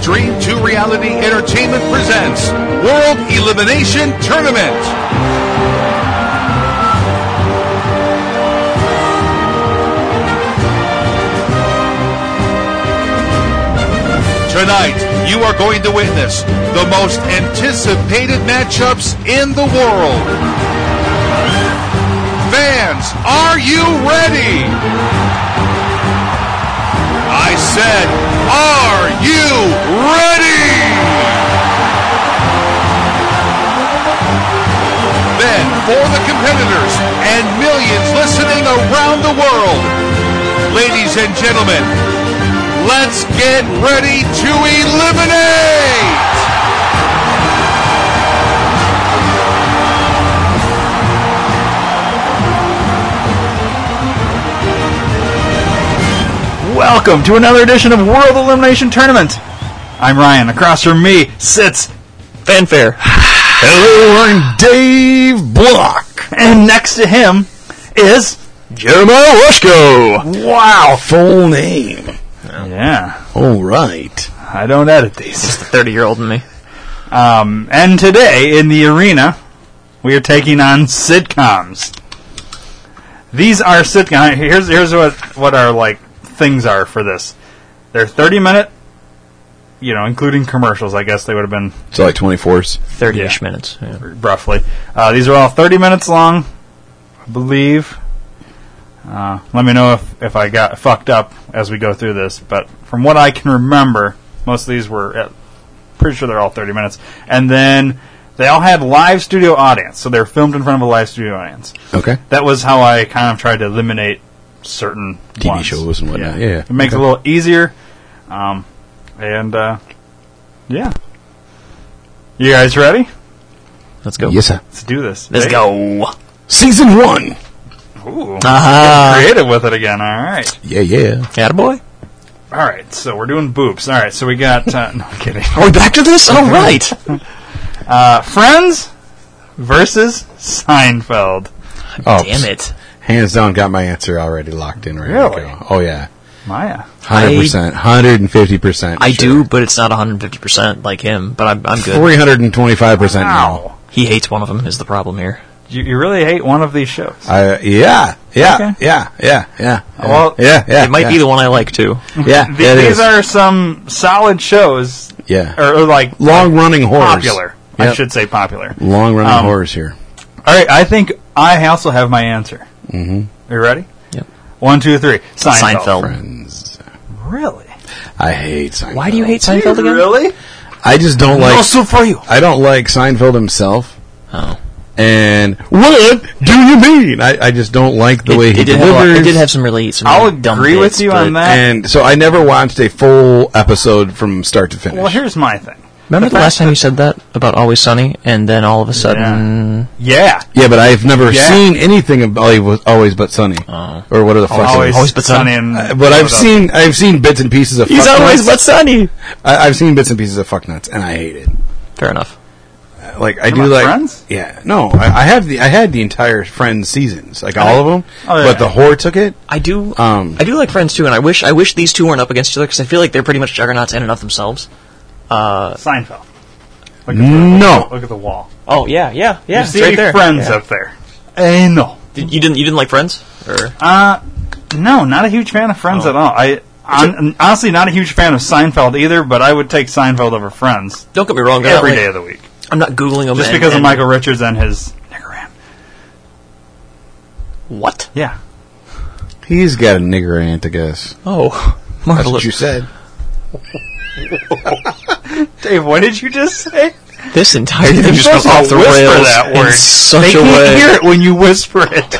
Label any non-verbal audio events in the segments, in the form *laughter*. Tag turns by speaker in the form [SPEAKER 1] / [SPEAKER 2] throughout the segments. [SPEAKER 1] Dream 2 Reality Entertainment presents World Elimination Tournament. Tonight, you are going to witness the most anticipated matchups in the world. Fans, are you ready? I said, are you ready? Then, for the competitors and millions listening around the world, ladies and gentlemen, let's get ready to eliminate!
[SPEAKER 2] Welcome to another edition of World Elimination Tournament. I'm Ryan. Across from me sits Fanfare. Hello, I'm Dave Block. And next to him is
[SPEAKER 3] Jeremiah Rushko.
[SPEAKER 2] Wow.
[SPEAKER 3] Full name.
[SPEAKER 2] Yeah,
[SPEAKER 3] All right.
[SPEAKER 2] I don't edit these.
[SPEAKER 4] 30 year old in me.
[SPEAKER 2] Um, and today in the arena, we are taking on sitcoms. These are sitcom. Here's here's what what our like things are for this. They're 30 minute. You know, including commercials. I guess they would have been
[SPEAKER 3] It's like 24s.
[SPEAKER 4] 30 ish
[SPEAKER 2] Yeah.
[SPEAKER 4] minutes. Yeah.
[SPEAKER 2] roughly. Uh, these are all 30 minutes long, I believe. Uh, let me know if, if I got fucked up as we go through this, but from what I can remember, most of these were at, pretty sure they're all 30 minutes. And then they all had live studio audience, so they're filmed in front of a live studio audience.
[SPEAKER 3] Okay.
[SPEAKER 2] That was how I kind of tried to eliminate certain
[SPEAKER 3] TV
[SPEAKER 2] ones.
[SPEAKER 3] shows and whatnot, yeah, yeah.
[SPEAKER 2] It makes
[SPEAKER 3] Okay.
[SPEAKER 2] it a little easier. Um, and uh, yeah. You guys ready?
[SPEAKER 4] Let's go.
[SPEAKER 3] sir.
[SPEAKER 2] Let's do this.
[SPEAKER 4] Let's
[SPEAKER 2] Hey.
[SPEAKER 4] go.
[SPEAKER 3] Season one.
[SPEAKER 2] Ooh.
[SPEAKER 4] Uh-huh.
[SPEAKER 3] Ah.
[SPEAKER 2] Creative with it again. All right.
[SPEAKER 3] Yeah, yeah.
[SPEAKER 4] Attaboy?
[SPEAKER 2] All right. So we're doing boops. All right. So we got. Uh, *laughs* no I'm kidding.
[SPEAKER 3] Are we back to this? All right.
[SPEAKER 2] Uh, Friends versus Seinfeld.
[SPEAKER 3] Oh,
[SPEAKER 4] Damn it.
[SPEAKER 3] Hands down, got my answer already locked in right
[SPEAKER 2] Really?
[SPEAKER 3] now. Oh, yeah.
[SPEAKER 2] Maya.
[SPEAKER 3] 100%. 150%.
[SPEAKER 4] I
[SPEAKER 3] sure.
[SPEAKER 4] do, but it's not 150% like him, but I'm, I'm good.
[SPEAKER 3] 325% now.
[SPEAKER 2] Ow.
[SPEAKER 4] He hates one of them, is the problem here.
[SPEAKER 2] You, you really hate one of these shows.
[SPEAKER 3] I, yeah, yeah,
[SPEAKER 2] Okay.
[SPEAKER 3] yeah, yeah, yeah.
[SPEAKER 2] Well,
[SPEAKER 3] yeah, yeah.
[SPEAKER 4] it might
[SPEAKER 3] yeah,
[SPEAKER 4] be the one I like too.
[SPEAKER 3] Yeah,
[SPEAKER 2] Th-
[SPEAKER 3] it
[SPEAKER 2] these
[SPEAKER 3] is.
[SPEAKER 2] are some solid shows,
[SPEAKER 3] yeah.
[SPEAKER 2] or, or like
[SPEAKER 3] Long running horrors.
[SPEAKER 2] popular. I
[SPEAKER 3] Yep.
[SPEAKER 2] should say popular.
[SPEAKER 3] Long running
[SPEAKER 2] Um,
[SPEAKER 3] horrors here.
[SPEAKER 2] All right. I think I also have my answer. Mm-hmm. You ready?
[SPEAKER 4] Yep.
[SPEAKER 2] One, two, three. Seinfeld.
[SPEAKER 4] Seinfeld.
[SPEAKER 3] Friends.
[SPEAKER 2] Really?
[SPEAKER 3] I hate Seinfeld.
[SPEAKER 4] Why do you hate Seinfeld again?
[SPEAKER 2] Really?
[SPEAKER 3] I just don't like.
[SPEAKER 4] for you.
[SPEAKER 3] I don't like Seinfeld himself.
[SPEAKER 4] Oh.
[SPEAKER 3] And what do you mean? I, I just don't like the
[SPEAKER 4] It,
[SPEAKER 3] way he
[SPEAKER 4] it did have, a lot-
[SPEAKER 3] delivers.
[SPEAKER 4] it did have some really some
[SPEAKER 2] I'll
[SPEAKER 4] really dumb
[SPEAKER 2] agree with
[SPEAKER 4] bits,
[SPEAKER 2] you on
[SPEAKER 4] but-
[SPEAKER 2] that.
[SPEAKER 3] and so I never watched a full episode from start to finish.
[SPEAKER 2] Well, here's my thing.
[SPEAKER 4] Remember the
[SPEAKER 2] fact
[SPEAKER 4] last time you said that about Always Sunny, and then all of a sudden,
[SPEAKER 2] Yeah.
[SPEAKER 3] yeah, but I've never
[SPEAKER 2] Yeah.
[SPEAKER 3] seen anything of Always, always but Sunny
[SPEAKER 4] Oh.
[SPEAKER 3] or what are the fuck. it
[SPEAKER 2] Always,
[SPEAKER 3] is.
[SPEAKER 4] Always But Sunny.
[SPEAKER 2] and
[SPEAKER 3] Uh, but I've seen I've seen bits and pieces of. fuck nuts.
[SPEAKER 4] Sunny.
[SPEAKER 3] I, I've seen bits and pieces of fuck nuts, and I hate it.
[SPEAKER 4] Fair enough.
[SPEAKER 3] Like I
[SPEAKER 2] You're
[SPEAKER 3] do
[SPEAKER 2] my
[SPEAKER 3] like
[SPEAKER 2] Friends?
[SPEAKER 3] Yeah, no, I, I have the I had the entire Friends seasons, like all of them.
[SPEAKER 2] Oh, yeah.
[SPEAKER 3] But the whore took it.
[SPEAKER 4] I do.
[SPEAKER 3] Um,
[SPEAKER 4] I do like Friends too, and I wish I wish these two weren't up against each other because I feel like they're pretty much juggernauts in and of themselves.
[SPEAKER 2] Seinfeld. Look at
[SPEAKER 3] No.
[SPEAKER 2] The, look at the wall.
[SPEAKER 4] Oh yeah, yeah, yeah.
[SPEAKER 2] you
[SPEAKER 4] it's
[SPEAKER 2] see
[SPEAKER 4] right there.
[SPEAKER 2] friends
[SPEAKER 4] Yeah.
[SPEAKER 2] up there. Eh, no.
[SPEAKER 4] Did- You didn't. You didn't like Friends? Or
[SPEAKER 2] Uh, no, not a huge fan of Friends
[SPEAKER 4] Oh.
[SPEAKER 2] at all. I on, honestly not a huge fan of Seinfeld either, but I would take Seinfeld over Friends
[SPEAKER 4] don't get me wrong.
[SPEAKER 2] every
[SPEAKER 4] they're
[SPEAKER 2] day
[SPEAKER 4] not, like-
[SPEAKER 2] of the week,
[SPEAKER 4] I'm not googling them.
[SPEAKER 2] just
[SPEAKER 4] and-
[SPEAKER 2] because of
[SPEAKER 4] and-
[SPEAKER 2] Michael Richards and his nigger rant.
[SPEAKER 4] What?
[SPEAKER 2] Yeah,
[SPEAKER 3] He's got a nigger aunt, I guess.
[SPEAKER 4] Oh,
[SPEAKER 3] That's what
[SPEAKER 4] *laughs* marvelous.
[SPEAKER 3] you said.
[SPEAKER 2] Dave, what did you just say?
[SPEAKER 4] This entire thing just
[SPEAKER 2] First
[SPEAKER 4] goes
[SPEAKER 2] of all,
[SPEAKER 4] off the
[SPEAKER 2] whisper
[SPEAKER 4] rails
[SPEAKER 2] that
[SPEAKER 4] in
[SPEAKER 2] word.
[SPEAKER 4] such
[SPEAKER 2] they
[SPEAKER 4] a
[SPEAKER 2] can't
[SPEAKER 4] way.
[SPEAKER 2] hear it when you whisper it.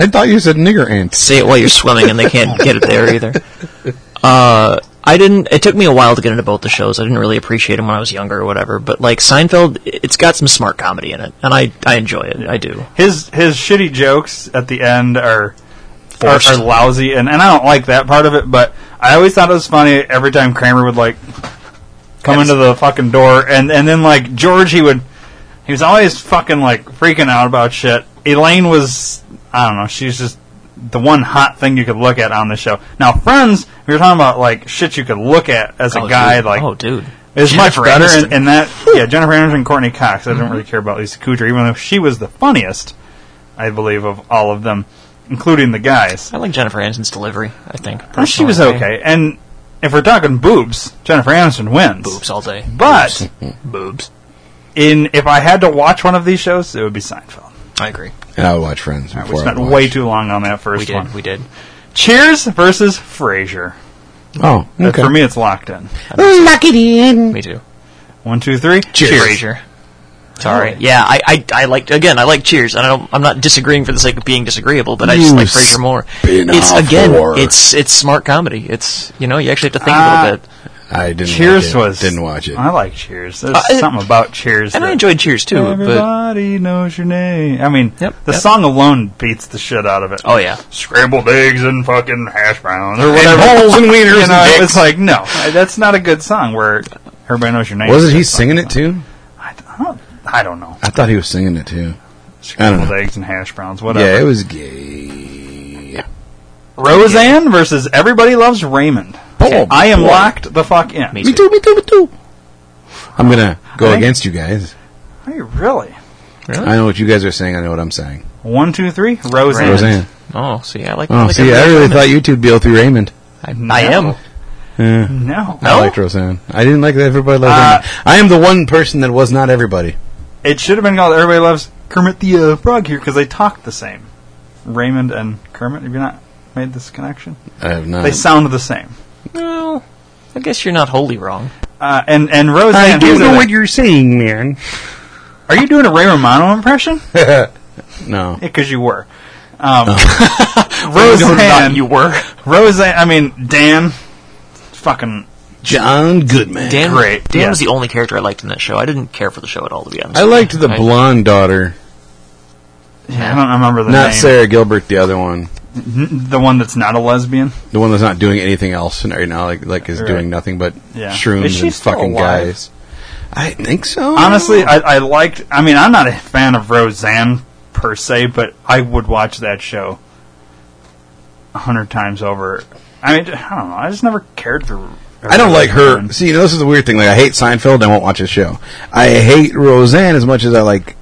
[SPEAKER 3] I thought you said nigger aunt.
[SPEAKER 4] Say it while you're swimming, and they can't get it there either. *laughs* Uh, I didn't. It took me a while to get into both the shows. I didn't really appreciate them when I was younger or whatever. But like Seinfeld, it's got some smart comedy in it, and I I enjoy it. I do.
[SPEAKER 2] His his shitty jokes at the end are are,
[SPEAKER 4] Forced.
[SPEAKER 2] are lousy, and, and I don't like that part of it. But I always thought it was funny every time Kramer would like come
[SPEAKER 4] Yes.
[SPEAKER 2] into the fucking door, and and then like George, he would he was always fucking like freaking out about shit. Elaine was I don't know, she's just the one hot thing you could look at on the show. Now Friends, we were talking about like shit you could look at as a
[SPEAKER 4] Oh,
[SPEAKER 2] guy
[SPEAKER 4] dude.
[SPEAKER 2] like
[SPEAKER 4] oh dude,
[SPEAKER 2] is much
[SPEAKER 4] Jennifer
[SPEAKER 2] better,
[SPEAKER 4] Aniston.
[SPEAKER 2] and, and that yeah, Jennifer Aniston and Courtney Cox. I didn't really care about Lisa Kudrow, even though she was the funniest, I believe, of all of them, including the guys.
[SPEAKER 4] I like Jennifer Aniston's delivery. I think
[SPEAKER 2] She was
[SPEAKER 4] personally.
[SPEAKER 2] okay, and if we're talking boobs, Jennifer Aniston wins.
[SPEAKER 4] Boobs all day.
[SPEAKER 2] But
[SPEAKER 4] Boobs. *laughs*
[SPEAKER 2] in if I had to watch one of these shows, it would be Seinfeld.
[SPEAKER 4] I agree.
[SPEAKER 3] And I would watch Friends before
[SPEAKER 2] We spent
[SPEAKER 3] I would
[SPEAKER 2] way
[SPEAKER 3] watch-
[SPEAKER 2] too long on that first
[SPEAKER 4] We
[SPEAKER 2] one.
[SPEAKER 4] did. We did.
[SPEAKER 2] Cheers versus Frasier.
[SPEAKER 3] Oh,
[SPEAKER 2] But
[SPEAKER 3] okay.
[SPEAKER 2] For me, it's locked in.
[SPEAKER 3] Lock it in.
[SPEAKER 4] Me too.
[SPEAKER 2] One, two, three.
[SPEAKER 4] Frasier. Sorry. Yeah, I, I I like again. I like Cheers, and I don't. I'm not disagreeing for the sake of being disagreeable, but I just
[SPEAKER 3] You
[SPEAKER 4] like Frasier more.
[SPEAKER 3] spin
[SPEAKER 4] It's
[SPEAKER 3] off
[SPEAKER 4] again.
[SPEAKER 3] whore.
[SPEAKER 4] It's it's smart comedy. It's you know you actually have to think a
[SPEAKER 2] Ah.
[SPEAKER 4] little bit.
[SPEAKER 3] I didn't.
[SPEAKER 2] Cheers
[SPEAKER 3] watch it.
[SPEAKER 2] was
[SPEAKER 3] Didn't watch it.
[SPEAKER 2] I like Cheers. There's
[SPEAKER 4] I-
[SPEAKER 2] something about Cheers.
[SPEAKER 4] Uh, And I
[SPEAKER 2] that-
[SPEAKER 4] enjoyed Cheers too. But
[SPEAKER 2] Everybody knows your name. I mean,
[SPEAKER 4] Yep,
[SPEAKER 2] the
[SPEAKER 4] yep.
[SPEAKER 2] song alone beats the shit out of it.
[SPEAKER 4] oh yeah,
[SPEAKER 2] Scrambled eggs and fucking hash browns or
[SPEAKER 3] And
[SPEAKER 2] whatever.
[SPEAKER 3] holes and wieners
[SPEAKER 2] You
[SPEAKER 3] and
[SPEAKER 2] know,
[SPEAKER 3] dicks.
[SPEAKER 2] it's like no, I- that's not a good song. Where everybody knows your name.
[SPEAKER 3] Was it he singing it too?
[SPEAKER 2] I don't, I don't know.
[SPEAKER 3] I thought he was singing it too. I don't
[SPEAKER 2] Scrambled
[SPEAKER 3] know.
[SPEAKER 2] eggs and hash browns.
[SPEAKER 3] Yeah,
[SPEAKER 2] Whatever.
[SPEAKER 3] it was gay.
[SPEAKER 2] Roseanne versus Everybody Loves Raymond.
[SPEAKER 3] Oh,
[SPEAKER 2] I am
[SPEAKER 3] boy.
[SPEAKER 2] locked the fuck in.
[SPEAKER 4] Me
[SPEAKER 3] Me too. Me too. Me too. I'm gonna go
[SPEAKER 2] I-
[SPEAKER 3] against you guys.
[SPEAKER 2] Are you really?
[SPEAKER 3] I know what you guys are saying. I know what I'm saying.
[SPEAKER 2] One, two, three. Roseanne.
[SPEAKER 3] Roseanne.
[SPEAKER 4] oh see, I like.
[SPEAKER 3] Oh,
[SPEAKER 4] like
[SPEAKER 3] see, I
[SPEAKER 4] everybody.
[SPEAKER 3] really thought you two'd be able to Raymond.
[SPEAKER 4] I
[SPEAKER 2] No.
[SPEAKER 4] am.
[SPEAKER 3] Yeah.
[SPEAKER 2] No.
[SPEAKER 3] I liked Roseanne. I didn't like that everybody loved
[SPEAKER 2] Uh,
[SPEAKER 3] Raymond. I am the one person that was not everybody.
[SPEAKER 2] It should have been called Everybody Loves Kermit the uh, Frog here because they talk the same. Raymond and Kermit, have you not made this connection?
[SPEAKER 3] I have not.
[SPEAKER 2] They sound the same.
[SPEAKER 4] Well, I guess you're not wholly wrong.
[SPEAKER 2] Uh, and and Roseanne, here's the thing.
[SPEAKER 3] you're saying, man.
[SPEAKER 2] are you doing a Ray Romano impression?
[SPEAKER 3] No.
[SPEAKER 2] Because you were. Um, *laughs*
[SPEAKER 4] Not
[SPEAKER 2] Roseanne,
[SPEAKER 4] you were.
[SPEAKER 2] Roseanne. I mean Dan, fucking
[SPEAKER 3] John Goodman.
[SPEAKER 4] Dan,
[SPEAKER 2] Great,
[SPEAKER 4] Dan
[SPEAKER 2] yeah.
[SPEAKER 4] was the only character I liked in that show. I didn't care for the show at all, to be honest.
[SPEAKER 3] I
[SPEAKER 4] with
[SPEAKER 3] liked
[SPEAKER 4] you.
[SPEAKER 3] the
[SPEAKER 4] I-
[SPEAKER 3] blonde daughter,
[SPEAKER 2] yeah, I don't remember the
[SPEAKER 3] not
[SPEAKER 2] name.
[SPEAKER 3] Sarah Gilbert, the other one,
[SPEAKER 2] N- the one that's not a lesbian.
[SPEAKER 3] the one that's not doing anything else and right now, like like is
[SPEAKER 2] Right.
[SPEAKER 3] doing nothing but
[SPEAKER 2] Yeah. Is
[SPEAKER 3] shrooms
[SPEAKER 2] she
[SPEAKER 3] and
[SPEAKER 2] still
[SPEAKER 3] fucking
[SPEAKER 2] alive?
[SPEAKER 3] guys. I think so.
[SPEAKER 2] Honestly, I, I liked. I mean, I'm not a fan of Roseanne per se, but I would watch that show a hundred times over. I mean, I don't know. I just never cared for.
[SPEAKER 3] I don't like her. See, you know, this is the weird thing. Like, I hate Seinfeld. and I won't watch his show. I hate Roseanne as much as I like,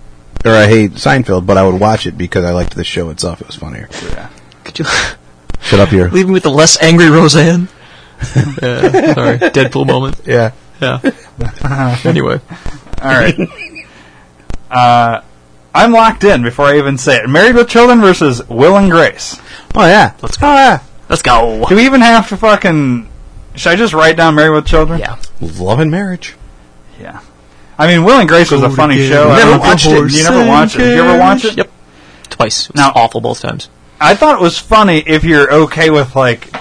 [SPEAKER 3] or I hate Seinfeld, but I would watch it because I liked the show itself. It was funnier.
[SPEAKER 2] Yeah.
[SPEAKER 4] Could you *laughs*
[SPEAKER 3] Shut
[SPEAKER 2] *laughs*
[SPEAKER 3] up here.
[SPEAKER 4] leave me with the less angry Roseanne? *laughs* yeah, sorry, Deadpool moment.
[SPEAKER 3] Yeah.
[SPEAKER 2] *laughs*
[SPEAKER 4] Yeah. anyway,
[SPEAKER 2] All
[SPEAKER 3] *laughs*
[SPEAKER 2] right. uh, I'm locked in before I even say it. Married with Children versus Will and Grace.
[SPEAKER 3] Oh yeah.
[SPEAKER 4] Let's
[SPEAKER 3] Oh yeah.
[SPEAKER 4] let's go.
[SPEAKER 2] Do we even have to fucking? Should I just write down Married with Children?
[SPEAKER 4] Yeah,
[SPEAKER 3] Love and marriage.
[SPEAKER 2] Yeah. I mean, Will and Grace was a funny show. I don't
[SPEAKER 3] Never
[SPEAKER 2] know if you-
[SPEAKER 3] watched it.
[SPEAKER 2] You never watched it. Did you ever watch it?
[SPEAKER 4] Yep. twice. It was
[SPEAKER 2] Now-
[SPEAKER 4] awful both times.
[SPEAKER 2] I thought it was funny if you're okay with like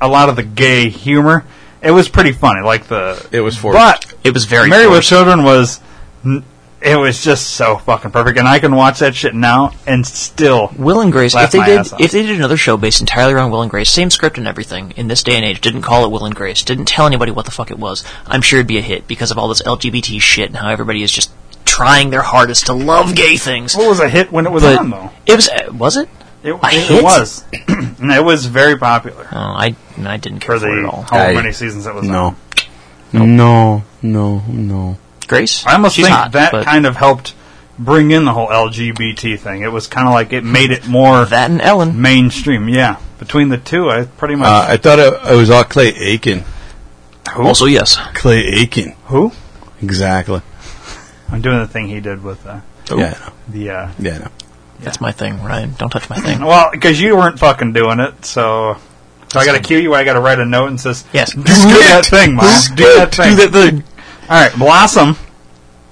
[SPEAKER 2] a lot of the gay humor. It was pretty funny, like the
[SPEAKER 3] It was forced.
[SPEAKER 2] but
[SPEAKER 4] It was very.
[SPEAKER 2] Married with
[SPEAKER 4] forced.
[SPEAKER 2] Children was n- it was just so fucking perfect, and I can watch that shit now and still.
[SPEAKER 4] Will and Grace. If
[SPEAKER 2] Laugh
[SPEAKER 4] they
[SPEAKER 2] my
[SPEAKER 4] did,
[SPEAKER 2] ass off.
[SPEAKER 4] if they did another show based entirely around Will and Grace, same script and everything, in this day and age, didn't call it Will and Grace, didn't tell anybody what the fuck it was. I'm sure it'd be a hit because of all this LGBT shit and how everybody is just trying their hardest to love gay things.
[SPEAKER 2] What was a hit when it was
[SPEAKER 4] But
[SPEAKER 2] on though?
[SPEAKER 4] it was uh, was it?
[SPEAKER 2] It,
[SPEAKER 4] A
[SPEAKER 2] it,
[SPEAKER 4] hit?
[SPEAKER 2] was. *clears throat* And it was very popular
[SPEAKER 4] Oh, I I didn't care
[SPEAKER 2] for
[SPEAKER 4] for, it at
[SPEAKER 2] the
[SPEAKER 4] all.
[SPEAKER 2] how
[SPEAKER 3] I-
[SPEAKER 2] many seasons it was. on.
[SPEAKER 3] No. No. No. No.
[SPEAKER 4] Grace.
[SPEAKER 2] I almost
[SPEAKER 4] She's
[SPEAKER 2] think
[SPEAKER 4] hot,
[SPEAKER 2] that
[SPEAKER 4] but
[SPEAKER 2] kind of helped bring in the whole LGBT thing. It was kind of like it made it more
[SPEAKER 4] that and Ellen.
[SPEAKER 2] mainstream. Yeah, between the two, I pretty much
[SPEAKER 3] Uh, I thought it, it was all Clay Aiken.
[SPEAKER 2] who
[SPEAKER 4] Also, yes.
[SPEAKER 3] Clay Aiken.
[SPEAKER 2] who.
[SPEAKER 3] Exactly.
[SPEAKER 2] I'm doing the thing he did with uh,
[SPEAKER 3] Yeah. I know.
[SPEAKER 2] the. Uh,
[SPEAKER 3] Yeah. I know.
[SPEAKER 4] That's my thing, Ryan. Don't touch my
[SPEAKER 2] *laughs*
[SPEAKER 4] thing.
[SPEAKER 2] well, because you weren't fucking doing it, so. So I got to cue you. I got to write a note and says,
[SPEAKER 4] Yes.
[SPEAKER 2] do that thing, Miles. Do that thing.
[SPEAKER 4] Do that thing.
[SPEAKER 2] All right, Blossom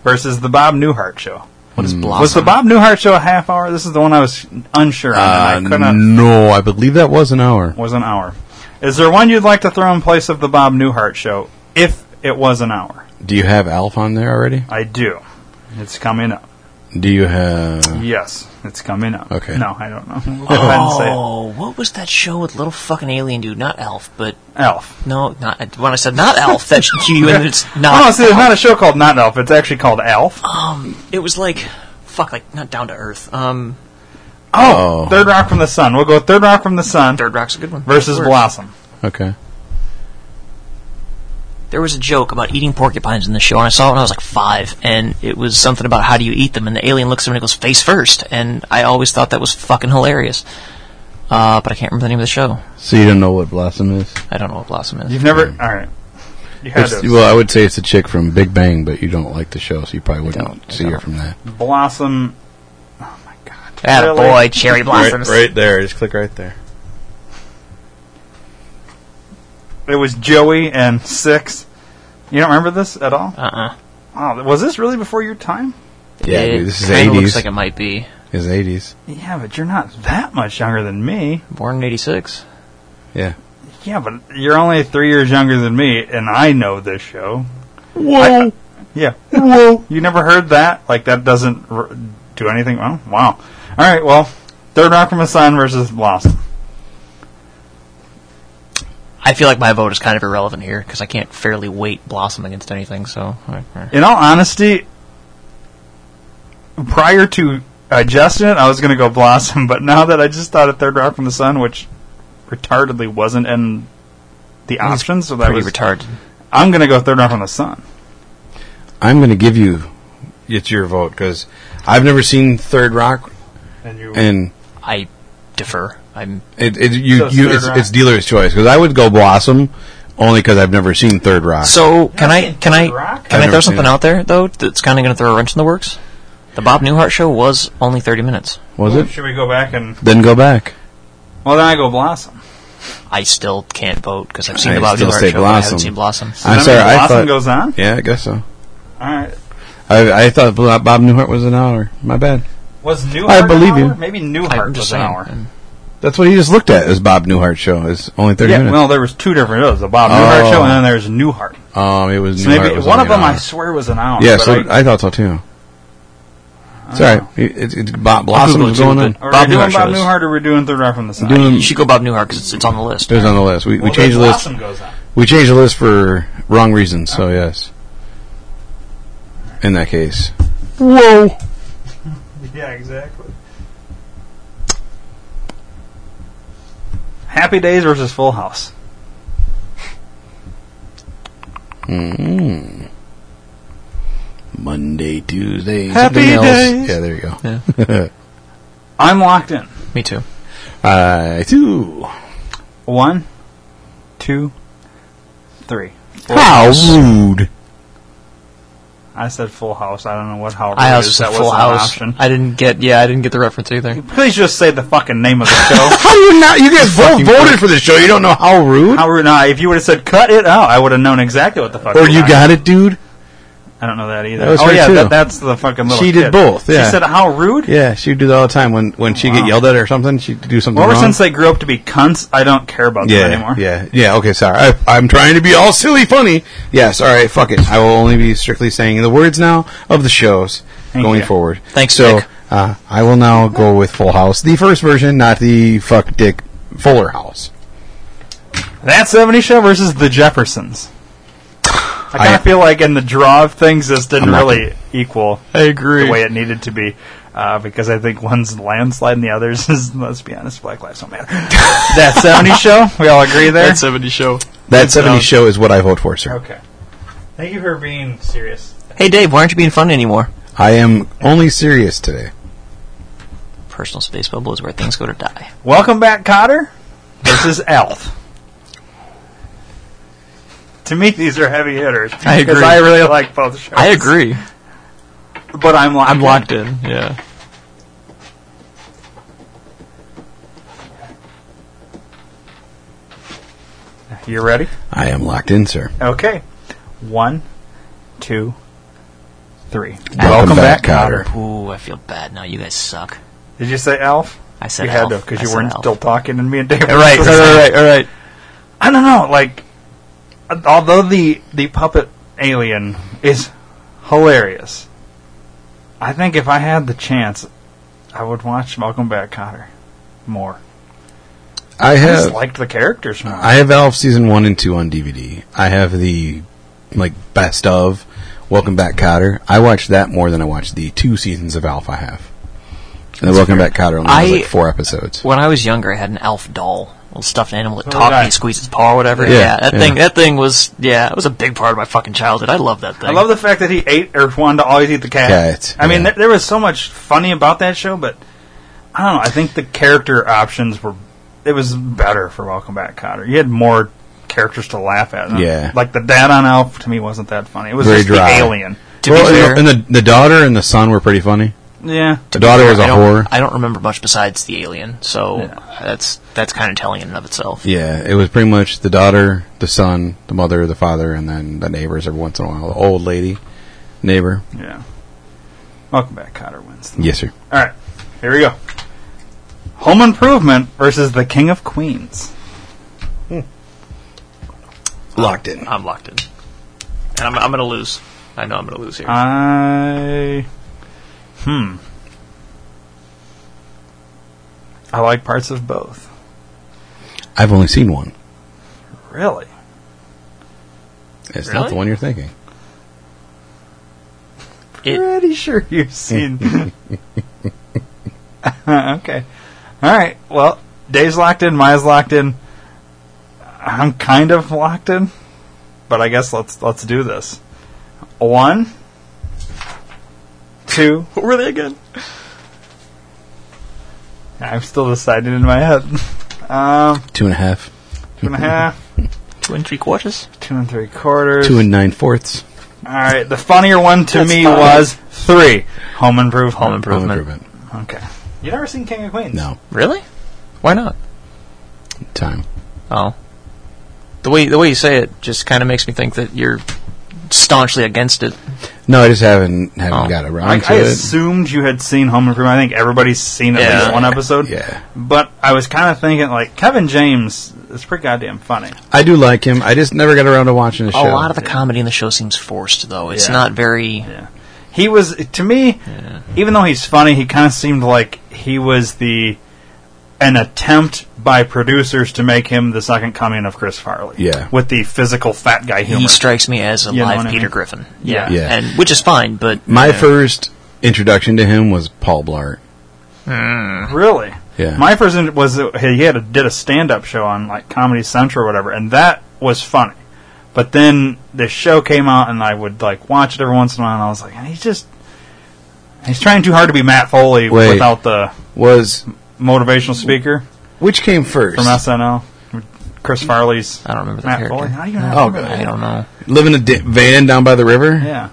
[SPEAKER 2] versus the Bob Newhart show.
[SPEAKER 4] What
[SPEAKER 3] Mm.
[SPEAKER 4] is Blossom?
[SPEAKER 2] Was the Bob Newhart show a half hour? This is the one I was unsure on. and I
[SPEAKER 3] Uh,
[SPEAKER 2] couldn't.
[SPEAKER 3] no, I believe that was an hour.
[SPEAKER 2] Was an hour. Is there one you'd like to throw in place of the Bob Newhart show if it was an hour?
[SPEAKER 3] Do you have Alf on there already?
[SPEAKER 2] I do. It's coming up.
[SPEAKER 3] Do you have?
[SPEAKER 2] Yes, it's coming up.
[SPEAKER 3] Okay.
[SPEAKER 2] No, I don't know. We'll go ahead and say it.
[SPEAKER 4] Oh, what was that show with little fucking alien dude? Not Elf, but
[SPEAKER 2] Elf.
[SPEAKER 4] no, not when I said not Elf.
[SPEAKER 2] *laughs*
[SPEAKER 4] That you and it's
[SPEAKER 2] Oh,
[SPEAKER 4] not. Oh.
[SPEAKER 2] no, see, there's not a show called Not Elf. It's actually called Elf.
[SPEAKER 4] It was like fuck, like not down to earth. Um,
[SPEAKER 2] Oh,
[SPEAKER 3] Oh.
[SPEAKER 2] Third Rock from the Sun. We'll go with Third Rock from the Sun
[SPEAKER 4] Third Rock's a good one.
[SPEAKER 2] versus
[SPEAKER 4] Good word.
[SPEAKER 2] Blossom.
[SPEAKER 3] Okay.
[SPEAKER 4] There was a joke about eating porcupines in the show, and I saw it when I was like five, and it was something about how do you eat them, and the alien looks at him and goes face first, and I always thought that was fucking hilarious. Uh, but I can't remember the name of the show.
[SPEAKER 3] So you don't know what Blossom is?
[SPEAKER 4] I don't know what Blossom is.
[SPEAKER 2] You've never. All right. You had
[SPEAKER 3] Mm. It's- uh,
[SPEAKER 2] to.
[SPEAKER 3] well, I would say it's a chick from Big Bang, but you don't like the show, so you probably wouldn't
[SPEAKER 4] don't, I
[SPEAKER 3] see her
[SPEAKER 4] don't.
[SPEAKER 3] from that.
[SPEAKER 2] Blossom. Oh my god.
[SPEAKER 4] Atta
[SPEAKER 2] Really?
[SPEAKER 4] boy,
[SPEAKER 3] *laughs*
[SPEAKER 4] cherry blossoms.
[SPEAKER 3] there. Just click right there.
[SPEAKER 2] It was Joey and Six. You don't remember this at all?
[SPEAKER 4] Uh-uh.
[SPEAKER 2] Wow, was this really before your time?
[SPEAKER 3] Yeah,
[SPEAKER 4] it
[SPEAKER 3] dude, this is
[SPEAKER 4] kinda
[SPEAKER 3] 80s.
[SPEAKER 4] looks like it might be.
[SPEAKER 3] His 80s.
[SPEAKER 2] Yeah, but you're not that much younger than me.
[SPEAKER 4] Born in 86.
[SPEAKER 3] Yeah.
[SPEAKER 2] Yeah, but you're only three years younger than me, and I know this show.
[SPEAKER 3] Whoa.
[SPEAKER 2] Yeah,
[SPEAKER 3] whoa.
[SPEAKER 2] you never heard that? Like that doesn't r- do anything? Oh, wow. All right, well, Third Rock from the Sun versus Blossom.
[SPEAKER 4] I feel like my vote is kind of irrelevant here, because I can't fairly weight Blossom against anything, so... uh,
[SPEAKER 2] In all honesty, prior to adjusting it, I was going to go Blossom, *laughs* but now that I just thought of Third Rock from the Sun, which retardedly wasn't in the options, so that
[SPEAKER 4] Pretty
[SPEAKER 2] was
[SPEAKER 4] retarded.
[SPEAKER 2] I'm going to go Third Rock from the Sun.
[SPEAKER 3] I'm going to give you. It's your vote because I've never seen Third Rock,
[SPEAKER 2] And you,
[SPEAKER 3] and
[SPEAKER 4] I defer. I'm...
[SPEAKER 3] it, it you,
[SPEAKER 2] So it's
[SPEAKER 3] you
[SPEAKER 2] Third
[SPEAKER 3] it's,
[SPEAKER 2] Rock.
[SPEAKER 3] it's dealer's choice because I would go Blossom only because I've never seen Third Rock.
[SPEAKER 4] So, can I,
[SPEAKER 2] seen
[SPEAKER 4] can I,
[SPEAKER 2] Third Rock?
[SPEAKER 3] I've
[SPEAKER 4] can I throw
[SPEAKER 3] never seen
[SPEAKER 4] something
[SPEAKER 3] it.
[SPEAKER 4] out there, though, that's kind of going to throw a wrench in the works? The Bob Newhart show was only 30 minutes.
[SPEAKER 3] was it?
[SPEAKER 2] Should we go back and?
[SPEAKER 3] Then go back.
[SPEAKER 2] Well, then I go Blossom.
[SPEAKER 4] I still can't vote, because I've seen
[SPEAKER 3] I
[SPEAKER 4] the Bob
[SPEAKER 3] still
[SPEAKER 4] Newhart
[SPEAKER 3] say
[SPEAKER 4] show, but I haven't
[SPEAKER 3] Blossom.
[SPEAKER 4] seen Blossom.
[SPEAKER 2] So
[SPEAKER 3] I'm
[SPEAKER 2] that
[SPEAKER 3] sorry,
[SPEAKER 2] means
[SPEAKER 3] I
[SPEAKER 2] Blossom
[SPEAKER 3] thought-
[SPEAKER 2] goes on.
[SPEAKER 3] Yeah, I guess so.
[SPEAKER 2] All right.
[SPEAKER 3] I, I thought Bob Newhart was an hour. My bad.
[SPEAKER 2] Was Newhart?
[SPEAKER 3] I believe
[SPEAKER 2] an hour?
[SPEAKER 3] you.
[SPEAKER 2] Maybe
[SPEAKER 4] I'm
[SPEAKER 2] Newhart
[SPEAKER 4] just
[SPEAKER 2] was an
[SPEAKER 4] saying.
[SPEAKER 2] hour.
[SPEAKER 3] That's what he just looked at is Bob Newhart show. It's only thirty
[SPEAKER 2] Yeah,
[SPEAKER 3] minutes.
[SPEAKER 2] well, there was two different shows: the Bob
[SPEAKER 3] Oh.
[SPEAKER 2] Newhart show, and then there's Newhart.
[SPEAKER 3] um, it was
[SPEAKER 2] So
[SPEAKER 3] Newhart
[SPEAKER 2] maybe
[SPEAKER 3] was
[SPEAKER 2] one
[SPEAKER 3] only
[SPEAKER 2] of them,
[SPEAKER 3] an hour.
[SPEAKER 2] I swear, was an hour.
[SPEAKER 3] yeah,
[SPEAKER 2] but
[SPEAKER 3] so
[SPEAKER 2] I- Uh,
[SPEAKER 3] I, thought so too. Sorry, it, it, it, Bob
[SPEAKER 4] I'll
[SPEAKER 3] Blossom
[SPEAKER 4] Google
[SPEAKER 3] was
[SPEAKER 4] it too,
[SPEAKER 3] going on.
[SPEAKER 4] but-
[SPEAKER 2] Are
[SPEAKER 3] Bob
[SPEAKER 2] we doing
[SPEAKER 3] Newhart
[SPEAKER 2] Bob
[SPEAKER 3] shows.
[SPEAKER 2] Newhart or we're doing Third Rock from the Sun?
[SPEAKER 3] Doing-
[SPEAKER 4] You should go Bob Newhart, because it's, it's on the list.
[SPEAKER 3] It was on the list. We, we
[SPEAKER 2] Well,
[SPEAKER 3] changed the
[SPEAKER 2] then
[SPEAKER 3] list.
[SPEAKER 2] Blossom goes on.
[SPEAKER 3] We changed the list for wrong reasons. So yes, in that case, whoa.
[SPEAKER 2] Yeah, exactly. Happy Days versus Full House.
[SPEAKER 3] Mm. Monday, Tuesday,
[SPEAKER 2] Happy
[SPEAKER 3] something else.
[SPEAKER 2] days.
[SPEAKER 3] Yeah, there you go.
[SPEAKER 4] Yeah.
[SPEAKER 2] I'm locked in.
[SPEAKER 4] Me too.
[SPEAKER 3] I too.
[SPEAKER 2] One, two, three. Full
[SPEAKER 3] How
[SPEAKER 2] House.
[SPEAKER 3] rude.
[SPEAKER 2] I said Full House. I don't know what how
[SPEAKER 4] I
[SPEAKER 2] rude
[SPEAKER 4] also
[SPEAKER 2] is.
[SPEAKER 4] said
[SPEAKER 2] That
[SPEAKER 4] Full
[SPEAKER 2] wasn't
[SPEAKER 4] House.
[SPEAKER 2] an option.
[SPEAKER 4] I didn't get, yeah, I didn't get the reference either.
[SPEAKER 2] Please just say the fucking name of the show.
[SPEAKER 3] *laughs* How do you not? You guys both
[SPEAKER 2] fucking
[SPEAKER 3] voted for the show. You don't know how rude.
[SPEAKER 2] how rude! Nah, if you would have said "cut it out," I would have known exactly what the fuck.
[SPEAKER 3] or
[SPEAKER 2] we're
[SPEAKER 3] you
[SPEAKER 2] talking-
[SPEAKER 3] got it, dude.
[SPEAKER 2] I don't know that either.
[SPEAKER 3] That was
[SPEAKER 2] oh
[SPEAKER 3] her
[SPEAKER 2] yeah,
[SPEAKER 3] too.
[SPEAKER 2] That, that's the fucking little.
[SPEAKER 3] She did
[SPEAKER 2] kid.
[SPEAKER 3] both, yeah.
[SPEAKER 2] She said how rude.
[SPEAKER 3] Yeah, she would do that all the time. When when she
[SPEAKER 2] Wow.
[SPEAKER 3] get yelled at or something, she would do something
[SPEAKER 2] Well, ever
[SPEAKER 3] wrong.
[SPEAKER 2] since they grew up to be cunts, I don't care about
[SPEAKER 3] yeah,
[SPEAKER 2] them anymore.
[SPEAKER 3] yeah, yeah. Okay, sorry. I, I'm trying to be all silly, funny. Yes, all right. Fuck it. I will only be strictly saying the words now of the shows
[SPEAKER 2] Thank
[SPEAKER 3] going
[SPEAKER 2] you.
[SPEAKER 3] forward.
[SPEAKER 4] Thanks,
[SPEAKER 3] So
[SPEAKER 4] Nick.
[SPEAKER 3] Uh, I will now go with Full House, the first version, not the fuck dick Fuller House.
[SPEAKER 2] That 70 show versus the Jeffersons. I kind
[SPEAKER 3] I-
[SPEAKER 2] of feel like in the draw of things, this didn't
[SPEAKER 3] I'm not
[SPEAKER 2] really equal
[SPEAKER 4] I agree.
[SPEAKER 2] the way it needed to be. Uh, because I think one's landslide and the other's *laughs* is, let's be honest, Black Lives
[SPEAKER 3] *laughs*
[SPEAKER 2] Don't Matter. that 70 show, we all agree there?
[SPEAKER 4] 70 show.
[SPEAKER 3] That
[SPEAKER 2] It's,
[SPEAKER 3] 70
[SPEAKER 2] um,
[SPEAKER 3] show is what I vote for, sir.
[SPEAKER 2] okay. Thank you for being serious.
[SPEAKER 4] Hey, Dave, why aren't you being funny anymore?
[SPEAKER 3] I am only serious today.
[SPEAKER 4] Personal space bubble is where things go to die.
[SPEAKER 2] Welcome back, Cotter. This is Elf. To me, these are heavy hitters.
[SPEAKER 4] I
[SPEAKER 2] Because
[SPEAKER 4] agree.
[SPEAKER 2] I really like both shows.
[SPEAKER 4] agree.
[SPEAKER 2] But I'm locked in.
[SPEAKER 4] in. Yeah.
[SPEAKER 2] You ready?
[SPEAKER 3] I am locked in, sir.
[SPEAKER 2] Okay. One, two, three.
[SPEAKER 3] Welcome back, Cotter.
[SPEAKER 4] Ooh, I feel bad now. You guys suck.
[SPEAKER 2] Did you say Alf?
[SPEAKER 4] I said
[SPEAKER 2] you
[SPEAKER 4] Elf.
[SPEAKER 2] had to because
[SPEAKER 4] I
[SPEAKER 2] you
[SPEAKER 4] said
[SPEAKER 2] weren't
[SPEAKER 4] Elf.
[SPEAKER 2] still talking and me and Dave.
[SPEAKER 4] Right, right, right, right, right.
[SPEAKER 2] I don't know. Like, although the the puppet alien is hilarious, I think if I had the chance, I would watch Malcolm Badcock more.
[SPEAKER 3] I
[SPEAKER 2] I just
[SPEAKER 3] have
[SPEAKER 2] liked the characters more.
[SPEAKER 3] I have Elf season one and two on DVD. I have the like best of Welcome Back Cotter. I watched that more than I watched the two seasons of Alf I have. And the Welcome Back Cotter only has
[SPEAKER 4] I-
[SPEAKER 3] like four episodes.
[SPEAKER 4] When I was younger, I had an elf doll, a little stuffed animal that
[SPEAKER 2] So
[SPEAKER 4] talked
[SPEAKER 2] did I.
[SPEAKER 4] and he squeezed his paw or whatever.
[SPEAKER 3] Yeah,
[SPEAKER 4] Yeah, that
[SPEAKER 3] yeah.
[SPEAKER 4] thing. That thing was yeah, it was a big part of my fucking childhood. I love that thing.
[SPEAKER 2] I love the fact that he ate or wanted to always eat the cat.
[SPEAKER 3] Cat,
[SPEAKER 2] I mean,
[SPEAKER 3] yeah.
[SPEAKER 2] there, there was so much funny about that show, but I don't know. I think the character options were it was better for Welcome Back, Cotter. You had more characters to laugh at. And,
[SPEAKER 3] Yeah.
[SPEAKER 2] like the dad on Elf to me wasn't that funny. It was
[SPEAKER 3] Very
[SPEAKER 2] just
[SPEAKER 3] dry.
[SPEAKER 2] the alien.
[SPEAKER 4] to be fair,
[SPEAKER 3] and, the, and the the daughter and the son were pretty funny.
[SPEAKER 2] Yeah,
[SPEAKER 3] The daughter was a
[SPEAKER 4] I don't,
[SPEAKER 3] whore.
[SPEAKER 4] I don't remember much besides the alien, so
[SPEAKER 2] Yeah.
[SPEAKER 4] that's that's kind of telling in and of itself.
[SPEAKER 3] Yeah, it was pretty much the daughter, the son, the mother, the father, and then the neighbors every once in a while. The old lady neighbor.
[SPEAKER 2] yeah. Welcome Back, Cotter wins.
[SPEAKER 3] Yes, sir.
[SPEAKER 2] All right, here we go. Home Improvement versus The King of Queens.
[SPEAKER 3] Locked in.
[SPEAKER 4] I'm locked in, and I'm, I'm gonna lose. I know I'm gonna lose
[SPEAKER 2] Uh,
[SPEAKER 4] here.
[SPEAKER 2] I hmm. I like parts of both.
[SPEAKER 3] I've only seen one.
[SPEAKER 2] Really?
[SPEAKER 3] It's not
[SPEAKER 4] Really?
[SPEAKER 3] the one you're thinking.
[SPEAKER 2] *laughs*
[SPEAKER 4] it,
[SPEAKER 2] Pretty sure you've
[SPEAKER 3] *laughs*
[SPEAKER 2] seen. *laughs* okay. All right. Well, Dave's locked in. Maya's locked in. I'm kind of locked in, but I guess let's let's do this. One, two.
[SPEAKER 4] what were they again?
[SPEAKER 2] I'm still deciding in my head. *laughs* Um,
[SPEAKER 3] Two and a half.
[SPEAKER 2] two
[SPEAKER 3] *laughs*
[SPEAKER 2] and a half,
[SPEAKER 4] Two and three quarters.
[SPEAKER 2] two and three quarters,
[SPEAKER 3] Two and nine fourths.
[SPEAKER 2] All right, the funnier one to
[SPEAKER 4] That's
[SPEAKER 2] me
[SPEAKER 4] fine.
[SPEAKER 2] was three. Home Improvement.
[SPEAKER 4] Home Improvement.
[SPEAKER 2] Okay. You never seen King of Queens?
[SPEAKER 3] No.
[SPEAKER 4] Really? Why not?
[SPEAKER 3] Time.
[SPEAKER 4] Oh, the way the way you say it just kind of makes me think that you're staunchly against it.
[SPEAKER 3] No, I just haven't haven't
[SPEAKER 4] Oh.
[SPEAKER 3] got around
[SPEAKER 2] I,
[SPEAKER 3] to
[SPEAKER 2] I
[SPEAKER 3] it.
[SPEAKER 2] assumed you had seen Home Improvement. I think everybody's seen at
[SPEAKER 4] Yeah.
[SPEAKER 2] least one episode.
[SPEAKER 3] Yeah.
[SPEAKER 2] But I was kind of thinking, like, Kevin James is pretty goddamn funny.
[SPEAKER 3] I do like him. I just never got around to watching the show.
[SPEAKER 4] A lot of the comedy in the show seems forced, though. It's
[SPEAKER 2] Yeah.
[SPEAKER 4] not very.
[SPEAKER 2] He was, to me, even though he's funny, he kind of seemed like he was the an attempt by producers to make him the second coming of Chris Farley.
[SPEAKER 3] Yeah.
[SPEAKER 2] With the physical fat guy humor.
[SPEAKER 4] He strikes me as a
[SPEAKER 2] You know
[SPEAKER 4] live
[SPEAKER 2] what I
[SPEAKER 4] Peter
[SPEAKER 2] mean?
[SPEAKER 4] Griffin.
[SPEAKER 2] Yeah.
[SPEAKER 3] Yeah.
[SPEAKER 4] and which is fine, but
[SPEAKER 3] My
[SPEAKER 4] you know,
[SPEAKER 3] first introduction to him was Paul Blart.
[SPEAKER 2] Really?
[SPEAKER 3] Yeah.
[SPEAKER 2] My first in- was uh, he had a, did a stand up show on like Comedy Central or whatever, and that was funny. But then this show came out, and I would like watch it every once in a while, and I was like, he's just he's trying too hard to be Matt Foley
[SPEAKER 3] Wait.
[SPEAKER 2] without the
[SPEAKER 3] Was
[SPEAKER 2] motivational speaker
[SPEAKER 3] which came first?
[SPEAKER 2] from SNL, Chris Farley's.
[SPEAKER 4] I don't remember the
[SPEAKER 2] Matt
[SPEAKER 4] character.
[SPEAKER 2] Foley. How do you not
[SPEAKER 4] No,
[SPEAKER 2] remember that?
[SPEAKER 4] I don't know.
[SPEAKER 3] Live in a di- van down by the river.
[SPEAKER 2] Yeah.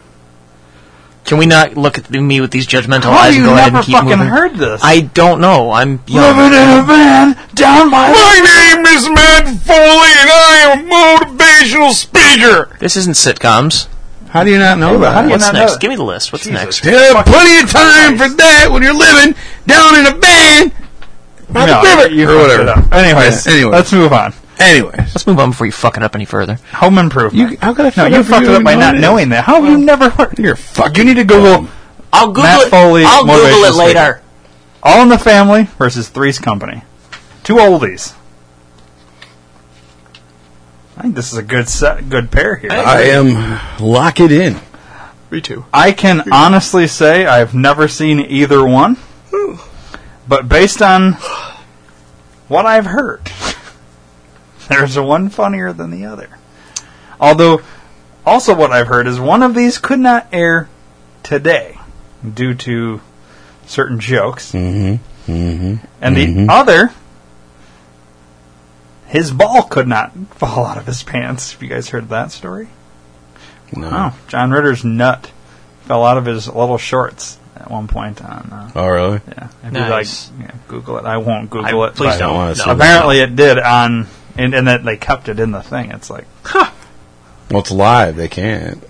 [SPEAKER 4] Can we not look at me with these judgmental
[SPEAKER 2] How have
[SPEAKER 4] eyes
[SPEAKER 2] you
[SPEAKER 4] and go ahead
[SPEAKER 2] never
[SPEAKER 4] and keep
[SPEAKER 2] fucking
[SPEAKER 4] moving?
[SPEAKER 2] heard this?
[SPEAKER 4] I don't
[SPEAKER 2] *laughs*
[SPEAKER 4] know. I'm young.
[SPEAKER 2] Living in a van down by
[SPEAKER 3] My name is Matt Foley, and I am a motivational speaker.
[SPEAKER 4] This
[SPEAKER 2] *laughs*
[SPEAKER 4] isn't sitcoms.
[SPEAKER 3] How do you not know that?
[SPEAKER 2] how do you
[SPEAKER 4] What's
[SPEAKER 2] not know
[SPEAKER 4] next?
[SPEAKER 2] that?
[SPEAKER 4] Give me the list. What's
[SPEAKER 2] Jesus.
[SPEAKER 4] next?
[SPEAKER 3] You have plenty of time for that when you're living down in a van by
[SPEAKER 2] no,
[SPEAKER 3] the river
[SPEAKER 2] you
[SPEAKER 3] or
[SPEAKER 2] fucked it
[SPEAKER 3] whatever.
[SPEAKER 2] up. Anyways,
[SPEAKER 3] Yeah, anyway.
[SPEAKER 2] let's move on.
[SPEAKER 3] Anyways,
[SPEAKER 4] Let's move on before you fuck it up any further.
[SPEAKER 2] Home Improvement.
[SPEAKER 3] You- how could I
[SPEAKER 2] No,
[SPEAKER 3] fuck
[SPEAKER 2] you
[SPEAKER 3] up for
[SPEAKER 2] fucked
[SPEAKER 3] you
[SPEAKER 2] it up by
[SPEAKER 3] knowing
[SPEAKER 2] not
[SPEAKER 3] it?
[SPEAKER 2] knowing that. How have you never heard?
[SPEAKER 3] you're fucking.
[SPEAKER 2] You need to Google
[SPEAKER 4] I'll Google
[SPEAKER 2] Matt
[SPEAKER 4] it.
[SPEAKER 2] Foley,
[SPEAKER 4] I'll Google
[SPEAKER 2] motivational
[SPEAKER 4] it later.
[SPEAKER 2] All in the Family versus Three's Company. Two oldies. I think this is a good set, good pair here. I,
[SPEAKER 3] I am lock it in.
[SPEAKER 4] Me too.
[SPEAKER 2] can honestly say I've never seen either one, but based on what I've heard, *laughs* there's one funnier than the other. Although, also what I've heard is one of these could not air today due to certain jokes.
[SPEAKER 3] Mm-hmm. Mm-hmm.
[SPEAKER 2] And
[SPEAKER 3] Mhm.
[SPEAKER 2] the other, his ball could not fall out of his pants. Have you guys heard that story?
[SPEAKER 3] No.
[SPEAKER 2] Oh, John Ritter's nut fell out of his little shorts at one point on. Uh,
[SPEAKER 3] Oh, really?
[SPEAKER 2] yeah, if
[SPEAKER 4] Nice.
[SPEAKER 2] you like, yeah, Google it. I won't
[SPEAKER 4] I,
[SPEAKER 2] Google it.
[SPEAKER 4] please
[SPEAKER 2] but
[SPEAKER 3] don't wanna
[SPEAKER 4] don't.
[SPEAKER 3] see
[SPEAKER 4] No.
[SPEAKER 3] that.
[SPEAKER 2] Apparently, it did on, and, and that they kept it in the thing. It's like
[SPEAKER 3] Well, it's live. They can't.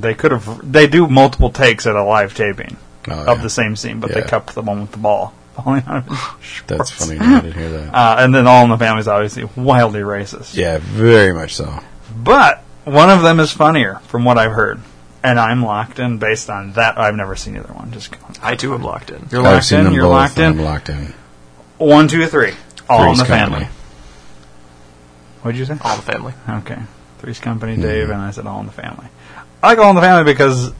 [SPEAKER 2] they could have. They do multiple takes at a live taping
[SPEAKER 3] Oh,
[SPEAKER 2] of
[SPEAKER 3] yeah.
[SPEAKER 2] the same scene, but they
[SPEAKER 3] Yeah.
[SPEAKER 2] kept the one with the ball. falling out of his shorts. *laughs*
[SPEAKER 3] That's funny. I didn't hear that.
[SPEAKER 2] Uh, and then all in the family is obviously wildly racist.
[SPEAKER 3] Yeah, very much so.
[SPEAKER 2] But one of them is funnier, from what I've heard. And I'm locked in based on that. I've never seen either one. Just
[SPEAKER 4] I too am locked in.
[SPEAKER 2] you're locked
[SPEAKER 3] I've seen
[SPEAKER 2] in.
[SPEAKER 3] them
[SPEAKER 2] You're
[SPEAKER 3] both.
[SPEAKER 2] locked
[SPEAKER 3] and
[SPEAKER 2] in.
[SPEAKER 3] I'm locked in.
[SPEAKER 2] One, two, three. All in
[SPEAKER 3] Three's
[SPEAKER 2] the
[SPEAKER 3] Company.
[SPEAKER 2] family. What'd you say?
[SPEAKER 4] All the family.
[SPEAKER 2] Okay. Three's Company,
[SPEAKER 3] Hmm.
[SPEAKER 2] Dave, and I said All in the Family. I like All in the Family because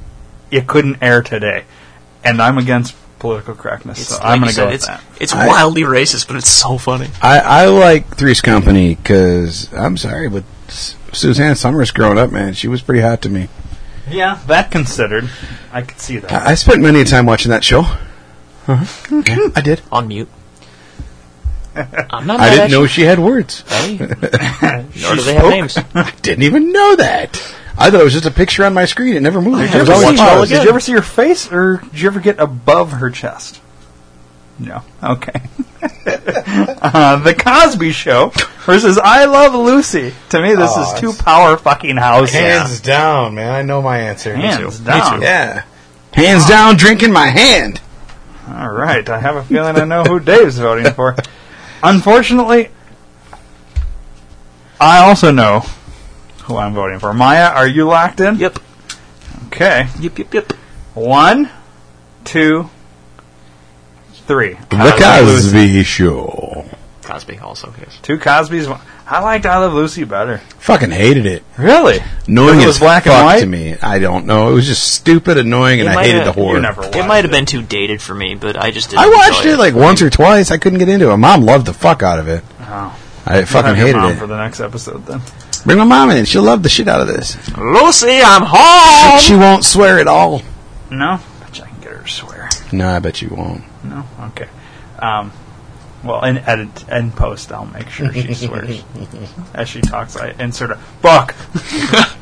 [SPEAKER 2] it couldn't air today, and I'm against political correctness, so
[SPEAKER 4] like
[SPEAKER 2] I'm
[SPEAKER 4] you
[SPEAKER 2] going to
[SPEAKER 4] said,
[SPEAKER 2] go with
[SPEAKER 4] it's,
[SPEAKER 2] that.
[SPEAKER 4] It's
[SPEAKER 3] I-
[SPEAKER 4] wildly racist, but it's so funny.
[SPEAKER 3] I, I like Three's Company because I'm sorry, but S- Suzanne Summers growing up, man, she was pretty hot to me.
[SPEAKER 2] Yeah, that considered, I could see that.
[SPEAKER 3] I, I spent many a time watching that show. Uh-huh. Yeah, I did.
[SPEAKER 4] On mute. I'm not.
[SPEAKER 3] I
[SPEAKER 4] mad
[SPEAKER 3] didn't
[SPEAKER 4] at
[SPEAKER 3] know
[SPEAKER 4] you,
[SPEAKER 3] she had words. *laughs*
[SPEAKER 4] buddy. Nor do they have
[SPEAKER 3] spoke.
[SPEAKER 4] names.
[SPEAKER 3] I didn't even know that. I thought it was just a picture on my screen. It never moved.
[SPEAKER 2] Did
[SPEAKER 3] It
[SPEAKER 2] you,
[SPEAKER 3] was
[SPEAKER 2] ever
[SPEAKER 3] always
[SPEAKER 2] see,
[SPEAKER 4] it all
[SPEAKER 3] paused.
[SPEAKER 4] again.
[SPEAKER 2] did you ever see her face, or did you ever get above her chest? No. Okay. *laughs* uh, the Cosby Show versus I Love Lucy. To me, this
[SPEAKER 3] Aw,
[SPEAKER 2] is two
[SPEAKER 3] it's-
[SPEAKER 2] power fucking houses.
[SPEAKER 3] Hands down, man. I know my answer.
[SPEAKER 2] Hands down.
[SPEAKER 3] Yeah. Hands down, drinking my hand.
[SPEAKER 2] All right, I have a feeling I know who Dave's voting for. Unfortunately, I also know who I'm voting for. Maya, are you locked in?
[SPEAKER 4] Yep.
[SPEAKER 2] Okay.
[SPEAKER 4] Yep. Yep. Yep.
[SPEAKER 2] One, two, three.
[SPEAKER 3] The
[SPEAKER 2] I love Lucy.
[SPEAKER 3] Cosby Show.
[SPEAKER 4] Cosby also. Yes.
[SPEAKER 2] Two Cosby's. one- I liked I Love Lucy better.
[SPEAKER 3] Fucking hated it.
[SPEAKER 2] Really?
[SPEAKER 3] Annoying
[SPEAKER 2] It was
[SPEAKER 3] as
[SPEAKER 2] black and
[SPEAKER 3] fuck
[SPEAKER 2] white?
[SPEAKER 3] to me. I don't know. It was just stupid, annoying, and
[SPEAKER 4] It
[SPEAKER 3] I
[SPEAKER 4] might
[SPEAKER 3] hated the
[SPEAKER 4] have-
[SPEAKER 3] horror.
[SPEAKER 2] You never watched
[SPEAKER 4] It might have been too dated for me, but I just didn't.
[SPEAKER 3] I watched
[SPEAKER 4] enjoy
[SPEAKER 3] it like once or twice. I couldn't get into it. Mom loved the fuck out of it.
[SPEAKER 2] Oh.
[SPEAKER 3] I
[SPEAKER 2] We'll
[SPEAKER 3] fucking
[SPEAKER 2] have your
[SPEAKER 3] hated
[SPEAKER 2] mom
[SPEAKER 3] it.
[SPEAKER 2] for the next episode then.
[SPEAKER 3] Bring my mom in. She'll love the shit out of this.
[SPEAKER 4] Lucy, I'm
[SPEAKER 2] Oh,
[SPEAKER 4] home.
[SPEAKER 3] she won't swear at all.
[SPEAKER 2] No, bet you I can get her to swear.
[SPEAKER 3] No, I bet you won't.
[SPEAKER 2] No. Okay. Um, well, in edit and post, I'll make sure she
[SPEAKER 3] *laughs*
[SPEAKER 2] swears as she talks. I insert a fuck.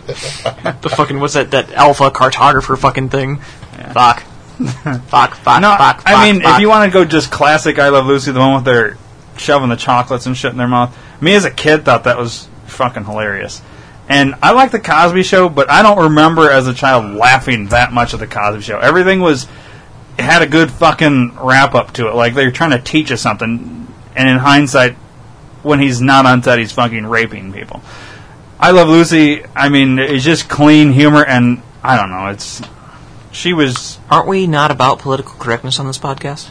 [SPEAKER 4] the fucking what's that that alpha cartographer fucking thing?
[SPEAKER 3] *laughs*
[SPEAKER 4] Fuck. fuck, fuck,
[SPEAKER 2] No,
[SPEAKER 4] fuck, fuck,
[SPEAKER 2] I mean,
[SPEAKER 4] fuck.
[SPEAKER 2] if you want to go just classic I Love Lucy, the one with their shoving the chocolates and shit in their mouth. Me as a kid thought that was fucking hilarious. And I like the Cosby Show, but I don't remember as a child laughing that much at the Cosby Show. Everything was it had a good fucking wrap up to it. Like they were trying to teach us something, and in hindsight, when he's not on set, he's fucking raping people. I Love Lucy. I mean, it's just clean humor, and I don't know. It's she was.
[SPEAKER 4] aren't we not about political correctness on this podcast?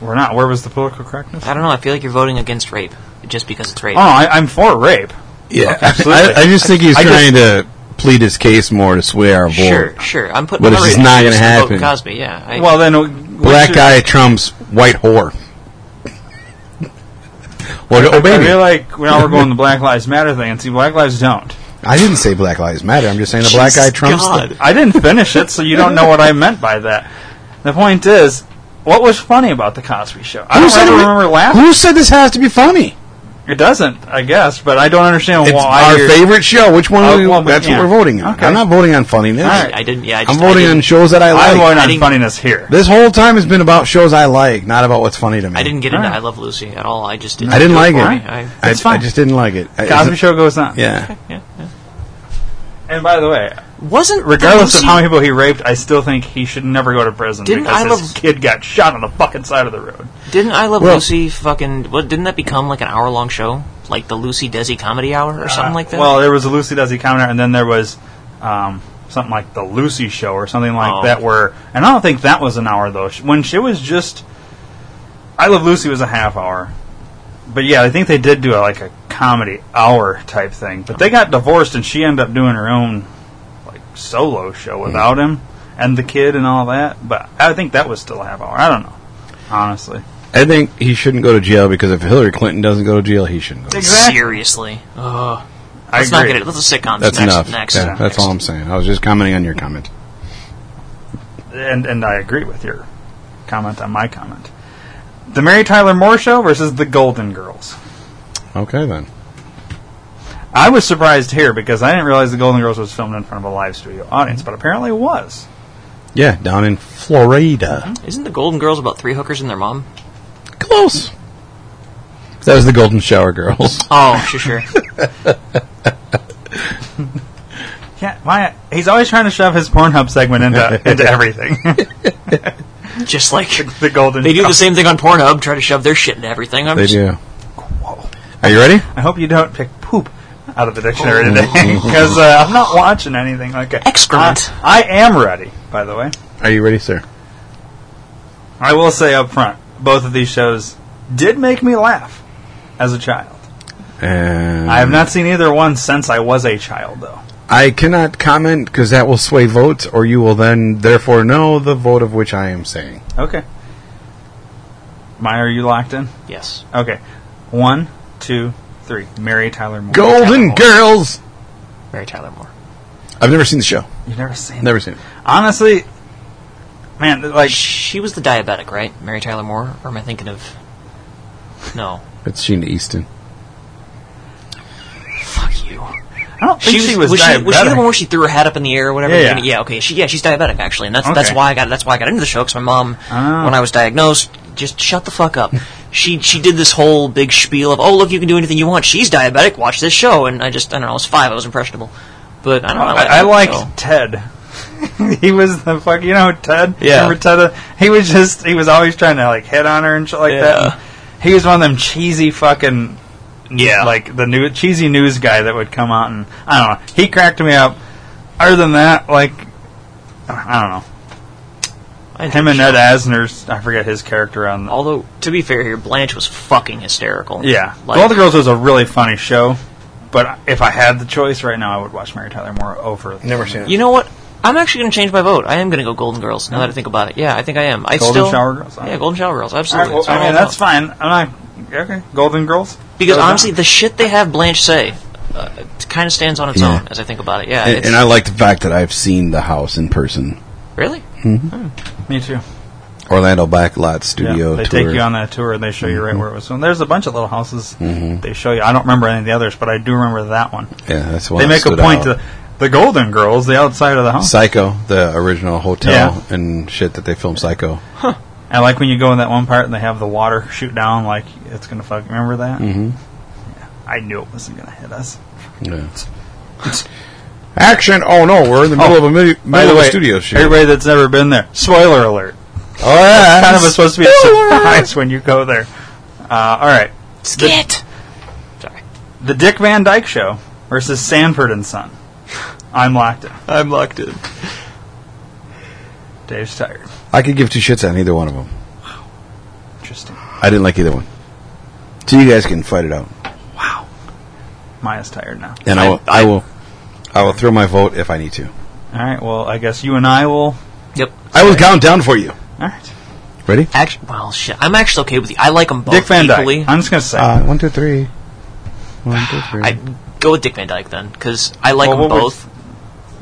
[SPEAKER 2] We're not. Where was the political correctness?
[SPEAKER 4] I don't know. I feel like you're voting against rape just because it's rape.
[SPEAKER 2] Oh, I, I'm for rape.
[SPEAKER 3] Yeah,
[SPEAKER 2] absolutely.
[SPEAKER 3] I, I just think he's
[SPEAKER 2] I just-
[SPEAKER 3] trying to plead his case more to swear our
[SPEAKER 4] sure,
[SPEAKER 3] vote.
[SPEAKER 4] sure. I'm putting.
[SPEAKER 3] But
[SPEAKER 4] my
[SPEAKER 3] it's just
[SPEAKER 4] rating
[SPEAKER 3] not gonna
[SPEAKER 4] against the vote
[SPEAKER 3] happen.
[SPEAKER 4] Cosby, yeah. I,
[SPEAKER 2] Well, then uh, we
[SPEAKER 3] Black
[SPEAKER 2] should-
[SPEAKER 3] guy trumps white whore. Well, oh
[SPEAKER 2] I
[SPEAKER 3] baby,
[SPEAKER 2] feel like now we're going the Black Lives Matter thing, and see, Black Lives don't.
[SPEAKER 3] I didn't say Black Lives Matter. I'm just saying the black guy
[SPEAKER 4] Jesus
[SPEAKER 3] trumps.
[SPEAKER 4] God.
[SPEAKER 3] The,
[SPEAKER 2] I didn't finish it, so you don't know what I meant by that. The point is, what was funny about the Cosby Show? I
[SPEAKER 3] Who
[SPEAKER 2] don't
[SPEAKER 3] said
[SPEAKER 2] ever
[SPEAKER 3] it-
[SPEAKER 2] remember laughing.
[SPEAKER 3] Who said this has to be funny?
[SPEAKER 2] It doesn't, I guess, but I don't understand
[SPEAKER 3] It's
[SPEAKER 2] why.
[SPEAKER 3] our
[SPEAKER 2] you're-
[SPEAKER 3] favorite show. Which one?
[SPEAKER 2] Oh,
[SPEAKER 3] are we,
[SPEAKER 2] well, but
[SPEAKER 3] that's
[SPEAKER 2] yeah.
[SPEAKER 3] what we're voting on.
[SPEAKER 2] Okay.
[SPEAKER 3] I'm not voting on funniness.
[SPEAKER 2] All right.
[SPEAKER 4] I didn't. Yeah, I
[SPEAKER 3] I'm
[SPEAKER 4] just, I
[SPEAKER 3] voting
[SPEAKER 4] didn't,
[SPEAKER 3] on shows that I
[SPEAKER 2] I'm
[SPEAKER 3] like.
[SPEAKER 2] going
[SPEAKER 4] I
[SPEAKER 2] on
[SPEAKER 4] didn't-
[SPEAKER 2] funniness here.
[SPEAKER 3] This whole time has been about shows I like, not about what's funny to me.
[SPEAKER 4] I didn't get into
[SPEAKER 2] Alright.
[SPEAKER 4] I Love Lucy at all. I just didn't.
[SPEAKER 3] I didn't
[SPEAKER 4] do
[SPEAKER 3] like it.
[SPEAKER 4] for me. I,
[SPEAKER 3] I,
[SPEAKER 2] It's fine.
[SPEAKER 3] I just didn't like it. I-
[SPEAKER 2] Cosby Show goes on.
[SPEAKER 3] Yeah.
[SPEAKER 4] yeah, yeah.
[SPEAKER 2] And by the way,
[SPEAKER 4] Wasn't the
[SPEAKER 2] regardless of
[SPEAKER 4] Lucy-
[SPEAKER 2] how many people he raped, I still think he should never go to prison
[SPEAKER 4] Didn't
[SPEAKER 2] because
[SPEAKER 4] I
[SPEAKER 2] his
[SPEAKER 4] Love-
[SPEAKER 2] kid got shot on the fucking side of the road.
[SPEAKER 4] Didn't I Love
[SPEAKER 3] Well-
[SPEAKER 4] Lucy fucking? What didn't that become like an hour long show, like the Lucy Desi Comedy Hour or something
[SPEAKER 2] Uh,
[SPEAKER 4] like that?
[SPEAKER 2] Well, there was a Lucy Does He Comedy, and then there was um, something like the Lucy Show or something like
[SPEAKER 4] Oh.
[SPEAKER 2] that. Where and I don't think that was an hour though. Sh- When she was just, I Love Lucy was a half hour. But yeah, I think they did do a, like a comedy hour type thing. But they got divorced, and she ended up doing her own like solo show without him and the kid and all that. But I think that was still a half hour. I don't know, honestly.
[SPEAKER 3] I think he shouldn't go to jail because if Hillary Clinton doesn't go to jail, he shouldn't go. To jail.
[SPEAKER 4] seriously. Ugh.
[SPEAKER 2] I
[SPEAKER 4] Let's
[SPEAKER 2] agree.
[SPEAKER 4] not get it. Let's do sitcoms
[SPEAKER 3] That's uh,
[SPEAKER 4] next.
[SPEAKER 3] enough.
[SPEAKER 4] Next.
[SPEAKER 3] Yeah, that's
[SPEAKER 4] next.
[SPEAKER 3] all I'm saying. I was just commenting on your comment.
[SPEAKER 2] and and I agree with your comment on my comment. The Mary Tyler Moore Show versus the Golden Girls.
[SPEAKER 3] Okay then.
[SPEAKER 2] I was surprised here because I didn't realize the Golden Girls was filmed in front of a live studio audience, but apparently it was.
[SPEAKER 3] Yeah, down in Florida.
[SPEAKER 4] Isn't the Golden Girls about three hookers and their mom?
[SPEAKER 3] Close. That was the Golden Shower Girls.
[SPEAKER 4] Oh, *laughs* sure, sure. *laughs*
[SPEAKER 2] Yeah, why? He's always trying to shove his Pornhub segment into into everything.
[SPEAKER 3] *laughs*
[SPEAKER 4] Just like
[SPEAKER 2] *laughs* The golden.
[SPEAKER 4] they do the same thing on Pornhub, try to shove their shit into everything. I'm
[SPEAKER 3] They
[SPEAKER 4] just,
[SPEAKER 3] do. Are you ready?
[SPEAKER 2] I hope you don't pick poop out of the dictionary today *laughs* because uh, I'm not watching anything like that.
[SPEAKER 4] Excrement.
[SPEAKER 2] I, I am ready, by the way.
[SPEAKER 3] Are you ready, sir?
[SPEAKER 2] I will say up front, both of these shows did make me laugh as a child.
[SPEAKER 3] And
[SPEAKER 2] I have not seen either one since I was a child, though.
[SPEAKER 3] I cannot comment because that will sway votes, or you will then therefore know the vote of which I am saying.
[SPEAKER 2] Okay. Maya, are you locked in?
[SPEAKER 4] Yes.
[SPEAKER 2] Okay. One, two, three. Mary Tyler Moore.
[SPEAKER 3] Golden
[SPEAKER 4] Moore.
[SPEAKER 3] Girls.
[SPEAKER 4] Mary Tyler Moore.
[SPEAKER 3] I've never seen the show.
[SPEAKER 2] You've never seen
[SPEAKER 3] Never seen it.
[SPEAKER 2] it. Honestly, man, like,
[SPEAKER 4] She was the diabetic, right? Mary Tyler Moore? Or am I thinking of. No.
[SPEAKER 3] It's Sheena Easton.
[SPEAKER 4] Fuck you.
[SPEAKER 2] I don't think she, was,
[SPEAKER 4] she, was she the
[SPEAKER 2] diabetic.
[SPEAKER 4] one where she threw her hat up in the air or whatever?
[SPEAKER 2] Yeah,
[SPEAKER 4] You're gonna-
[SPEAKER 2] yeah.
[SPEAKER 4] okay. She, yeah, she's diabetic actually, and that's that's
[SPEAKER 2] Okay.
[SPEAKER 4] why I got that's why I got into the show because my mom,
[SPEAKER 2] Ah.
[SPEAKER 4] when I was diagnosed, just shut the
[SPEAKER 2] *laughs*
[SPEAKER 4] fuck up. she she did this whole big spiel of oh look you can do anything you want. She's diabetic. Watch this show, and I just I don't know. I was five. I was impressionable, but I don't know.
[SPEAKER 2] I, I
[SPEAKER 4] like
[SPEAKER 2] liked Ted. *laughs* he was the fuck, you know Ted.
[SPEAKER 4] Yeah.
[SPEAKER 2] Remember Ted? Uh, He was just he was always trying to like hit on her and shit like that.
[SPEAKER 4] Yeah.
[SPEAKER 2] And he was one of them cheesy fucking
[SPEAKER 4] Yeah.
[SPEAKER 2] like the new cheesy news guy that would come out and I don't know. He cracked me up. Other than that, like I don't know.
[SPEAKER 4] I
[SPEAKER 2] Him and Ed Asner's I forget his character on. The,
[SPEAKER 4] Although to be fair here, Blanche was fucking hysterical.
[SPEAKER 2] yeah,
[SPEAKER 4] Like,
[SPEAKER 2] Golden Girls was a really funny show. But if I had the choice right now, I would watch Mary Tyler Moore over.
[SPEAKER 3] Never seen
[SPEAKER 4] you know what? I'm actually going to change my vote. I am going to go Golden Girls now that I think about it. Yeah, I think I am. I
[SPEAKER 2] Golden
[SPEAKER 4] still
[SPEAKER 2] Shower Girls, huh?
[SPEAKER 4] Yeah, Golden Shower Girls.
[SPEAKER 2] All right,
[SPEAKER 4] Absolutely.
[SPEAKER 2] well,
[SPEAKER 4] That's what
[SPEAKER 2] I
[SPEAKER 4] I'm
[SPEAKER 2] mean
[SPEAKER 4] about.
[SPEAKER 2] that's fine. I'm not okay. Golden Girls
[SPEAKER 4] Because
[SPEAKER 2] Goes on.
[SPEAKER 4] honestly, the shit they have Blanche say uh, kind of stands on its
[SPEAKER 3] Yeah.
[SPEAKER 4] own as I think about it. Yeah.
[SPEAKER 3] And,
[SPEAKER 4] it's,
[SPEAKER 3] and I like the fact that I've seen the house in person.
[SPEAKER 4] really?
[SPEAKER 2] Me too.
[SPEAKER 3] Orlando Backlot Studio
[SPEAKER 2] they
[SPEAKER 3] tour. Mm-hmm.
[SPEAKER 2] take you on that tour and they show you right where it was filmed. There's a bunch of little houses they show you. I don't remember any of the others, but I do remember that one.
[SPEAKER 3] yeah, that's why
[SPEAKER 2] they
[SPEAKER 3] it
[SPEAKER 2] make a
[SPEAKER 3] stood
[SPEAKER 2] point
[SPEAKER 3] out.
[SPEAKER 2] to the Golden Girls, the outside of the house.
[SPEAKER 3] Psycho, the original hotel
[SPEAKER 2] Yeah.
[SPEAKER 3] and shit that they filmed Psycho.
[SPEAKER 2] I like when you go in that one part and they have the water shoot down like it's gonna fuck. Remember that?
[SPEAKER 3] Mhm.
[SPEAKER 2] Yeah, I knew it wasn't gonna hit us.
[SPEAKER 3] Yeah. *laughs* Action! Oh no, we're in the middle
[SPEAKER 2] Oh,
[SPEAKER 3] of a mi-
[SPEAKER 2] By
[SPEAKER 3] middle
[SPEAKER 2] the
[SPEAKER 3] of a
[SPEAKER 2] way,
[SPEAKER 3] studio shoot.
[SPEAKER 2] everybody that's never been there, spoiler alert.
[SPEAKER 3] oh yeah,
[SPEAKER 2] Kind of a, supposed to be a
[SPEAKER 3] Spoiler!
[SPEAKER 2] surprise when you go there. Uh, all right,
[SPEAKER 4] Skit. Sorry.
[SPEAKER 2] the Dick Van Dyke Show versus Sanford and Son. I'm locked in.
[SPEAKER 4] I'm locked in.
[SPEAKER 2] Dave's tired.
[SPEAKER 3] I could give two shits on either one of them.
[SPEAKER 2] Interesting.
[SPEAKER 3] I didn't like either one. So you guys can fight it out,
[SPEAKER 2] Maya's tired now.
[SPEAKER 3] and I will. I, will. I will throw my vote if I need to.
[SPEAKER 2] All right. Well, I guess you and I will.
[SPEAKER 4] Yep.
[SPEAKER 3] I will count down for you.
[SPEAKER 2] All right.
[SPEAKER 3] Ready?
[SPEAKER 4] Actually, well, shit. I'm actually okay with you. I like them both
[SPEAKER 2] Dick Van Dyke.
[SPEAKER 4] equally.
[SPEAKER 2] I'm just gonna say.
[SPEAKER 3] Uh, one, two, three. One, two, three.
[SPEAKER 4] I go with Dick Van Dyke then because I like
[SPEAKER 2] Well,
[SPEAKER 4] them
[SPEAKER 2] what was-
[SPEAKER 4] both.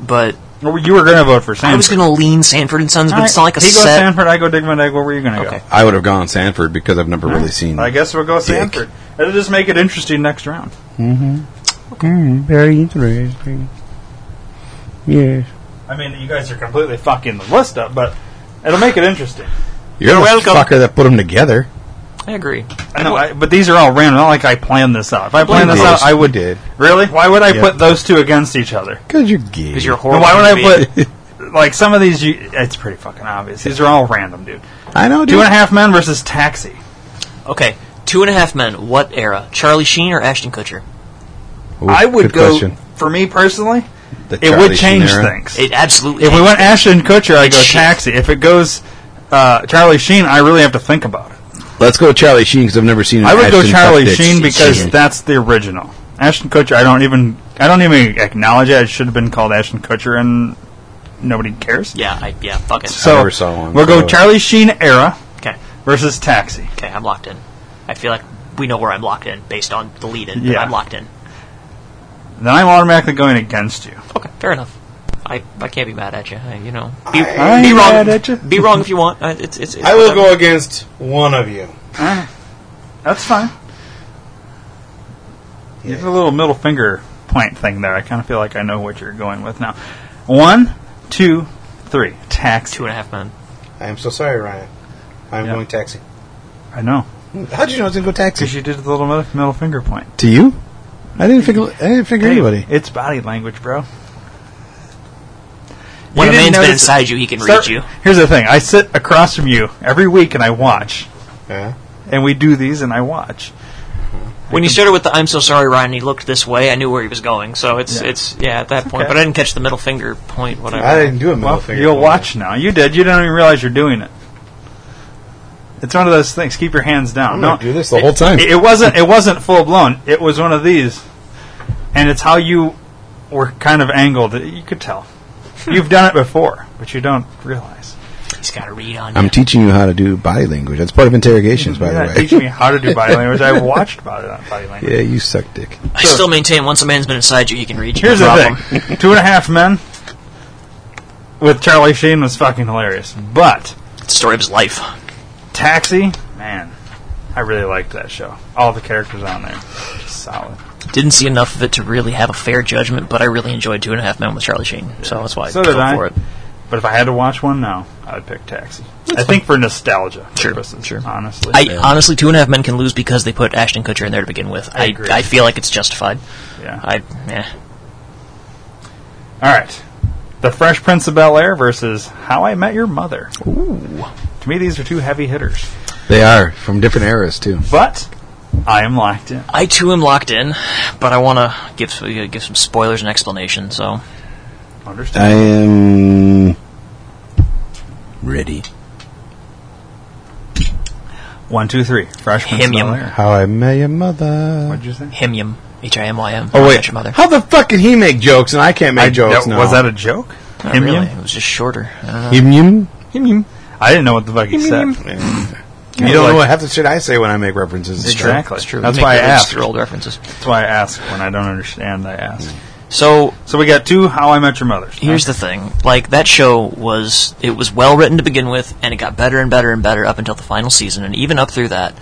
[SPEAKER 4] But
[SPEAKER 2] Well, you were gonna vote for Sanford.
[SPEAKER 4] I was going to lean Sanford and Sons,
[SPEAKER 2] All
[SPEAKER 4] but
[SPEAKER 2] right,
[SPEAKER 4] it's not like a
[SPEAKER 2] he goes
[SPEAKER 4] set.
[SPEAKER 2] Sanford. I go Dick Van Dyke. Where were you gonna
[SPEAKER 4] Okay.
[SPEAKER 2] go?
[SPEAKER 3] I would have gone Sanford because I've never really seen.
[SPEAKER 2] I guess we'll go
[SPEAKER 3] Dick.
[SPEAKER 2] Sanford. It'll just make it interesting next round.
[SPEAKER 5] very interesting. Yes.
[SPEAKER 2] I mean, you guys are completely fucking the list up, but it'll make it interesting.
[SPEAKER 3] You're, the
[SPEAKER 4] welcome.
[SPEAKER 3] fucker that put them together.
[SPEAKER 4] I agree.
[SPEAKER 2] I know, I, but these are all random. Not like I planned this out. If I planned this
[SPEAKER 3] did.
[SPEAKER 2] out, I
[SPEAKER 3] You
[SPEAKER 2] would.
[SPEAKER 3] did.
[SPEAKER 2] Really? Why would I
[SPEAKER 3] Yeah.
[SPEAKER 2] put those two against each other?
[SPEAKER 3] Because you're gay. *laughs*
[SPEAKER 4] Because you're a
[SPEAKER 2] And
[SPEAKER 4] horrible.
[SPEAKER 2] why would
[SPEAKER 4] human being.
[SPEAKER 2] I
[SPEAKER 4] *laughs*
[SPEAKER 2] put like some of these? You, it's pretty fucking obvious. These are all random, dude.
[SPEAKER 3] I know,
[SPEAKER 2] Two
[SPEAKER 3] dude.
[SPEAKER 2] and a half men versus Taxi.
[SPEAKER 4] Okay, Two and a Half Men. What era? Charlie Sheen or Ashton Kutcher?
[SPEAKER 3] Ooh,
[SPEAKER 2] I would
[SPEAKER 3] good
[SPEAKER 2] go
[SPEAKER 3] question.
[SPEAKER 2] for me personally.
[SPEAKER 3] The
[SPEAKER 2] it
[SPEAKER 3] Charlie
[SPEAKER 2] would change
[SPEAKER 3] Sheen era.
[SPEAKER 2] things.
[SPEAKER 4] It absolutely.
[SPEAKER 2] if we went Ashton Kutcher, I
[SPEAKER 4] It's
[SPEAKER 2] go
[SPEAKER 4] shit.
[SPEAKER 2] Taxi. If it goes uh, Charlie Sheen, I really have to think about it.
[SPEAKER 3] Let's go Charlie Sheen because I've never seen. an
[SPEAKER 2] I would go
[SPEAKER 3] Ashton
[SPEAKER 2] Charlie
[SPEAKER 3] Kutcher.
[SPEAKER 2] Sheen because
[SPEAKER 4] Sheen.
[SPEAKER 2] that's the original. Ashton Kutcher, I don't even I don't even acknowledge it. It should have been called Ashton Kutcher, and nobody cares.
[SPEAKER 4] yeah, I, yeah, fuck it.
[SPEAKER 2] So
[SPEAKER 3] never saw one,
[SPEAKER 2] we'll
[SPEAKER 3] so-
[SPEAKER 2] go Charlie Sheen era
[SPEAKER 4] Okay.
[SPEAKER 2] versus Taxi.
[SPEAKER 4] Okay, I'm locked in. I feel like we know where I'm locked in based on the lead in.
[SPEAKER 2] Yeah.
[SPEAKER 4] I'm locked in.
[SPEAKER 2] Then I'm automatically going against you.
[SPEAKER 4] Okay, fair enough. I, I can't be mad at you. I, you know, be,
[SPEAKER 2] I
[SPEAKER 4] be
[SPEAKER 2] ain't
[SPEAKER 4] wrong.
[SPEAKER 2] mad at you.
[SPEAKER 4] Be wrong if you want. I, it's, it's, it's
[SPEAKER 5] I will
[SPEAKER 4] whatever.
[SPEAKER 5] go against one of you.
[SPEAKER 2] That's fine. You did a little middle finger point thing there. I kind of feel like I know what you're going with now. One, two, three. Taxi.
[SPEAKER 4] Two and a half men.
[SPEAKER 5] I am so sorry, Ryan. I'm
[SPEAKER 2] Yeah.
[SPEAKER 5] going taxi.
[SPEAKER 2] I know.
[SPEAKER 5] How'd you know I was going to go taxi?
[SPEAKER 2] Because you did the little middle, middle finger point.
[SPEAKER 3] To you? I didn't figure. I didn't figure anybody.
[SPEAKER 2] It's body language, bro.
[SPEAKER 4] When
[SPEAKER 2] You didn't
[SPEAKER 4] a man's been
[SPEAKER 2] notice it.
[SPEAKER 4] inside you, he can
[SPEAKER 2] Start-
[SPEAKER 4] read you.
[SPEAKER 2] Here's the thing: I sit across from you every week and I watch,
[SPEAKER 5] Yeah.
[SPEAKER 2] and we do these and I watch.
[SPEAKER 4] When you started with the "I'm so sorry, Ryan," he looked this way. I knew where he was going, so it's
[SPEAKER 2] Yeah.
[SPEAKER 4] it's yeah at that point.
[SPEAKER 2] okay.
[SPEAKER 4] But I didn't catch the middle finger point. Whatever.
[SPEAKER 5] I didn't do a middle
[SPEAKER 2] Well,
[SPEAKER 5] finger.
[SPEAKER 2] you'll
[SPEAKER 5] point.
[SPEAKER 2] watch now. You did. You didn't even realize you're doing it. It's one of those things. Keep your hands down.
[SPEAKER 5] I'm
[SPEAKER 2] No,
[SPEAKER 5] gonna do this
[SPEAKER 3] the whole time.
[SPEAKER 2] It, it wasn't. It wasn't full blown. It was one of these, and it's how you were kind of angled. You could tell. You've done it before, but you don't realize.
[SPEAKER 4] He's got to read on.
[SPEAKER 3] I'm
[SPEAKER 4] you.
[SPEAKER 3] teaching you how to do body language. That's part of interrogations, by
[SPEAKER 2] Yeah,
[SPEAKER 3] the way.
[SPEAKER 2] Teach me how to do body language. I watched about it on body language.
[SPEAKER 3] *laughs* yeah, you suck dick.
[SPEAKER 4] I still maintain once a man's been inside you, he can read you.
[SPEAKER 2] Here's
[SPEAKER 4] no
[SPEAKER 2] the
[SPEAKER 3] *laughs*
[SPEAKER 4] problem.
[SPEAKER 2] thing: Two and a Half Men with Charlie Sheen was fucking hilarious, but
[SPEAKER 4] It's the story of his life.
[SPEAKER 2] Taxi, man, I really liked that show. All the characters on there, just solid.
[SPEAKER 4] Didn't see enough of it to really have a fair judgment, but I really enjoyed Two and a Half Men with Charlie Sheen, so that's why
[SPEAKER 2] So
[SPEAKER 4] I
[SPEAKER 2] did
[SPEAKER 4] go
[SPEAKER 2] I.
[SPEAKER 4] for it.
[SPEAKER 2] But if I had to watch one now, I would pick Taxi. I think for nostalgia
[SPEAKER 4] Sure,
[SPEAKER 2] purposes,
[SPEAKER 4] sure.
[SPEAKER 2] honestly.
[SPEAKER 4] I honestly, Two and a Half Men can lose because they put Ashton Kutcher in there to begin with.
[SPEAKER 2] I
[SPEAKER 4] I
[SPEAKER 2] agree.
[SPEAKER 4] I, feel like it's justified.
[SPEAKER 2] yeah.
[SPEAKER 4] I eh.
[SPEAKER 2] All right, The Fresh Prince of Bel Air versus How I Met Your Mother. Ooh, to me these are two heavy hitters,
[SPEAKER 3] They are from different eras too.
[SPEAKER 2] but I am locked in.
[SPEAKER 4] I too am locked in, but I want to give uh, give some spoilers and explanation. So
[SPEAKER 2] Understand?
[SPEAKER 3] I am ready.
[SPEAKER 2] One, two, three. Fresh Prince of
[SPEAKER 4] Him,
[SPEAKER 2] Bel
[SPEAKER 4] yum.
[SPEAKER 2] Air.
[SPEAKER 3] How I met your mother.
[SPEAKER 2] What'd you say?
[SPEAKER 4] Himyam, H I M Y M.
[SPEAKER 3] Oh
[SPEAKER 4] I
[SPEAKER 3] wait,
[SPEAKER 4] Met your mother.
[SPEAKER 3] how the fuck can he make jokes and I can't make
[SPEAKER 2] I-
[SPEAKER 3] jokes?
[SPEAKER 2] no,
[SPEAKER 3] now?
[SPEAKER 2] Was that a joke?
[SPEAKER 4] Not
[SPEAKER 2] Him,
[SPEAKER 4] really.
[SPEAKER 2] yum?
[SPEAKER 4] It was just shorter. Uh, I don't know.
[SPEAKER 3] Yum, yum.
[SPEAKER 2] I didn't know what the fuck he said.
[SPEAKER 3] You don't know what half the shit I say when I make references. and stuff.
[SPEAKER 2] Exactly.
[SPEAKER 4] It's true.
[SPEAKER 2] That's
[SPEAKER 4] We make
[SPEAKER 2] why I
[SPEAKER 4] references
[SPEAKER 2] asked.
[SPEAKER 4] through old references.
[SPEAKER 2] That's why I ask when I don't understand. I ask.
[SPEAKER 4] So
[SPEAKER 2] So we got two How I Met Your Mothers.
[SPEAKER 4] Mm. here's the thing: like that show was, it was well written to begin with, and it got better and better and better up until the final season, and even up through that,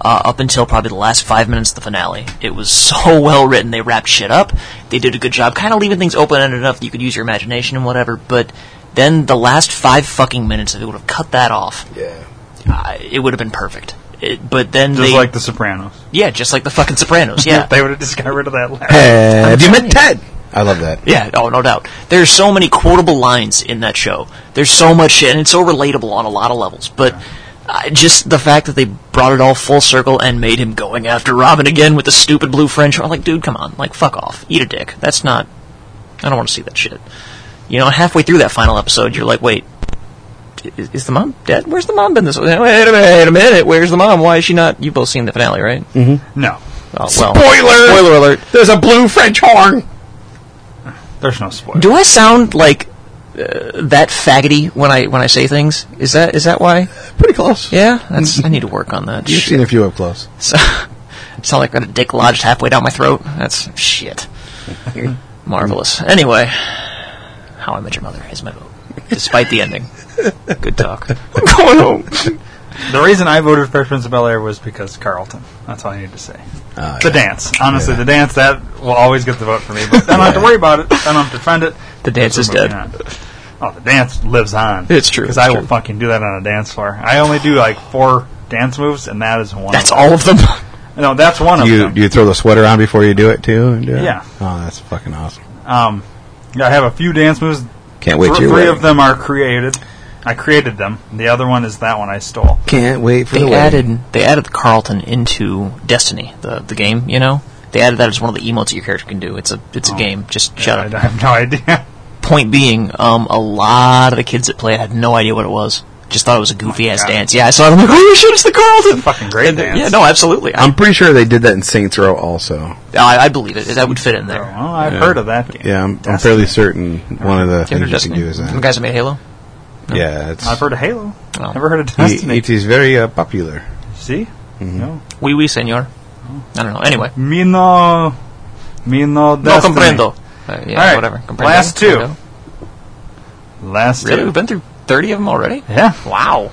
[SPEAKER 4] uh, up until probably the last five minutes of the finale. It was *laughs* so well written. They wrapped shit up. They did a good job, kind of leaving things open ended enough that you could use your imagination and whatever. But then the last five fucking minutes, if they would have cut that off,
[SPEAKER 3] Yeah.
[SPEAKER 4] uh, it would have been perfect. It, but then
[SPEAKER 2] just
[SPEAKER 4] they,
[SPEAKER 2] like The Sopranos.
[SPEAKER 4] yeah, just like the fucking
[SPEAKER 2] *laughs*
[SPEAKER 4] Sopranos, yeah.
[SPEAKER 2] they would have just got rid of that last.
[SPEAKER 3] Have you met Ted? I love that.
[SPEAKER 4] Yeah, oh, no doubt. There's so many quotable lines in that show. There's so much shit, and it's so relatable on a lot of levels. But uh, just the fact that they brought it all full circle and made him going after Robin again with the stupid blue French, I'm like, dude, come on, like, fuck off, eat a dick. That's not. I don't want to see that shit. You know, halfway through that final episode, you're like, wait, i- is the mom dead? Where's the mom been this? Wait a minute, wait a minute. Where's the mom? Why is she not? You've both seen the finale, right?
[SPEAKER 2] No,
[SPEAKER 4] Oh well.
[SPEAKER 3] Spoiler!
[SPEAKER 4] Spoiler alert.
[SPEAKER 3] There's a blue French horn.
[SPEAKER 2] there's no spoiler.
[SPEAKER 4] Do I sound like uh, that faggoty when I when I say things? Is that is that why?
[SPEAKER 3] Pretty close.
[SPEAKER 4] Yeah, that's I need to work on that.
[SPEAKER 3] You've
[SPEAKER 4] Shit.
[SPEAKER 3] seen a few up close.
[SPEAKER 4] So, sound like I got a dick lodged halfway down my throat. That's shit. Marvelous. Anyway, How I Met Your Mother is my vote, despite the ending. Good talk.
[SPEAKER 3] Going home.
[SPEAKER 2] The reason I voted for Fresh Prince of Bel Air was because Carlton. That's all I need to say. the dance, honestly,
[SPEAKER 3] Ah,
[SPEAKER 2] the
[SPEAKER 3] Yeah.
[SPEAKER 2] dance that will always get the vote for me. But I don't have to worry about it. I don't have to defend it.
[SPEAKER 4] The dance is
[SPEAKER 2] Moving
[SPEAKER 4] dead.
[SPEAKER 2] on. Oh, the dance lives on.
[SPEAKER 4] It's true,
[SPEAKER 2] Because
[SPEAKER 4] it's
[SPEAKER 2] I will
[SPEAKER 4] true.
[SPEAKER 2] fucking do that on a dance floor. I only do like four dance moves, and that is one.
[SPEAKER 4] That's
[SPEAKER 2] of
[SPEAKER 4] all of them.
[SPEAKER 2] them. No, that's one of
[SPEAKER 3] You
[SPEAKER 2] them.
[SPEAKER 3] do you throw the sweater on before you do it too? And do it?
[SPEAKER 2] Yeah.
[SPEAKER 3] Oh, that's fucking awesome.
[SPEAKER 2] Um, yeah, I have a few dance moves.
[SPEAKER 3] Can't wait
[SPEAKER 2] Thr-
[SPEAKER 3] to
[SPEAKER 2] three
[SPEAKER 3] your wedding.
[SPEAKER 2] of them are created. I created them. The other one is that one I stole.
[SPEAKER 3] Can't wait for the
[SPEAKER 4] They
[SPEAKER 3] wedding.
[SPEAKER 4] added they added Carlton into Destiny, the the game. You know, they added that as one of the emotes that your character can do. It's a it's a game. Just shut
[SPEAKER 2] I, *laughs*
[SPEAKER 4] up.
[SPEAKER 2] I have no idea.
[SPEAKER 4] Point being, um, a lot of the kids that played had no idea what it was. Just thought it was a goofy ass
[SPEAKER 2] Oh God.
[SPEAKER 4] dance. Yeah, I saw it. I'm like, holy shit, it's the Carlton!
[SPEAKER 2] fucking great
[SPEAKER 4] And, uh,
[SPEAKER 2] dance.
[SPEAKER 4] *laughs* Yeah, no, absolutely. I,
[SPEAKER 2] Um,
[SPEAKER 3] I'm pretty sure they did that in Saints Row also.
[SPEAKER 4] I, I believe it. That would fit in
[SPEAKER 2] Well,
[SPEAKER 4] there.
[SPEAKER 2] I've heard of that game.
[SPEAKER 3] Yeah, I'm, I'm
[SPEAKER 2] Destiny.
[SPEAKER 3] fairly certain one of the
[SPEAKER 4] You ever
[SPEAKER 3] things you can do is
[SPEAKER 4] The
[SPEAKER 3] that.
[SPEAKER 4] guys that made Halo.
[SPEAKER 3] Yeah, it's
[SPEAKER 2] I've heard of Halo.
[SPEAKER 4] Well.
[SPEAKER 2] Never heard of
[SPEAKER 3] it,
[SPEAKER 2] Destiny.
[SPEAKER 3] it is very uh, popular.
[SPEAKER 2] See?
[SPEAKER 4] Mm-hmm.
[SPEAKER 2] No.
[SPEAKER 4] Oui, oui, senor.
[SPEAKER 2] Oh.
[SPEAKER 4] I don't know. Anyway,
[SPEAKER 2] Me no. Me no
[SPEAKER 4] no
[SPEAKER 2] Destiny.
[SPEAKER 4] comprendo. Uh, yeah,
[SPEAKER 2] All right.
[SPEAKER 4] whatever. Comprendo,
[SPEAKER 2] Last two.
[SPEAKER 4] comprendo.
[SPEAKER 2] Last
[SPEAKER 4] Really, we've
[SPEAKER 2] two.
[SPEAKER 4] been through thirty of them already.
[SPEAKER 2] Yeah,
[SPEAKER 4] Wow,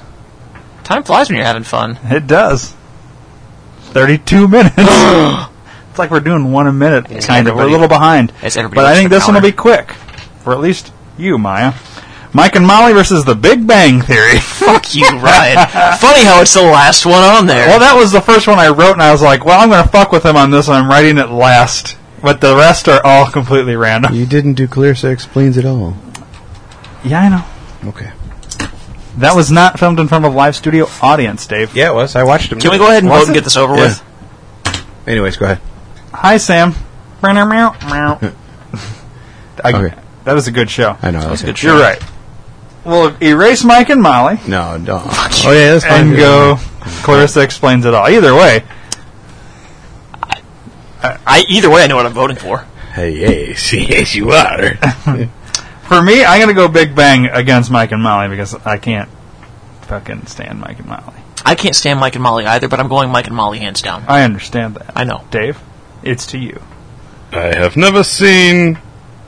[SPEAKER 4] time flies when you're
[SPEAKER 2] *laughs*
[SPEAKER 4] having fun.
[SPEAKER 2] it does. 32 *laughs*
[SPEAKER 4] *gasps*
[SPEAKER 2] minutes. it's like we're doing one a minute,
[SPEAKER 4] Is
[SPEAKER 2] kind of. We're a
[SPEAKER 4] everybody-
[SPEAKER 2] little behind.
[SPEAKER 4] is everybody
[SPEAKER 2] But I
[SPEAKER 4] watching
[SPEAKER 2] think
[SPEAKER 4] the
[SPEAKER 2] this one will
[SPEAKER 4] counter?
[SPEAKER 2] be quick. For at least you, Maya. Mike and Molly versus the Big Bang Theory. *laughs*
[SPEAKER 4] Fuck you, Ryan. Funny how it's the last one on there.
[SPEAKER 2] Well, that was the first one I wrote, and I was like, well, I'm going to fuck with him on this one. I'm writing it last. But the rest are all completely random.
[SPEAKER 3] You didn't do Clear, so it explains it all.
[SPEAKER 2] Yeah, I know.
[SPEAKER 3] Okay.
[SPEAKER 2] That was not filmed in front of a live studio audience, Dave.
[SPEAKER 3] Yeah, it was. I watched him.
[SPEAKER 4] Can we go ahead and
[SPEAKER 2] Was
[SPEAKER 4] vote and
[SPEAKER 2] it?
[SPEAKER 4] get this over
[SPEAKER 3] Yeah.
[SPEAKER 4] with?
[SPEAKER 3] Anyways, go ahead.
[SPEAKER 2] Hi,
[SPEAKER 4] *laughs*
[SPEAKER 2] Sam. Meow, meow, meow. I,
[SPEAKER 3] Okay.
[SPEAKER 2] That was a good show.
[SPEAKER 3] I know.
[SPEAKER 4] That's
[SPEAKER 3] okay.
[SPEAKER 4] a good show.
[SPEAKER 2] You're right. We'll erase Mike and Molly
[SPEAKER 3] No, don't. Oh yeah, that's fine.
[SPEAKER 2] and go. Clarissa explains it all. Either way,
[SPEAKER 4] I either way, I know what I'm voting for.
[SPEAKER 3] Hey, hey, *laughs* see, yes, you *laughs* are.
[SPEAKER 2] for me, I'm gonna go Big Bang against Mike and Molly because I can't fucking stand Mike and Molly.
[SPEAKER 4] I can't stand Mike and Molly either, but I'm going Mike and Molly hands down.
[SPEAKER 2] I understand that.
[SPEAKER 4] I know.
[SPEAKER 2] Dave, it's to you.
[SPEAKER 6] I have never seen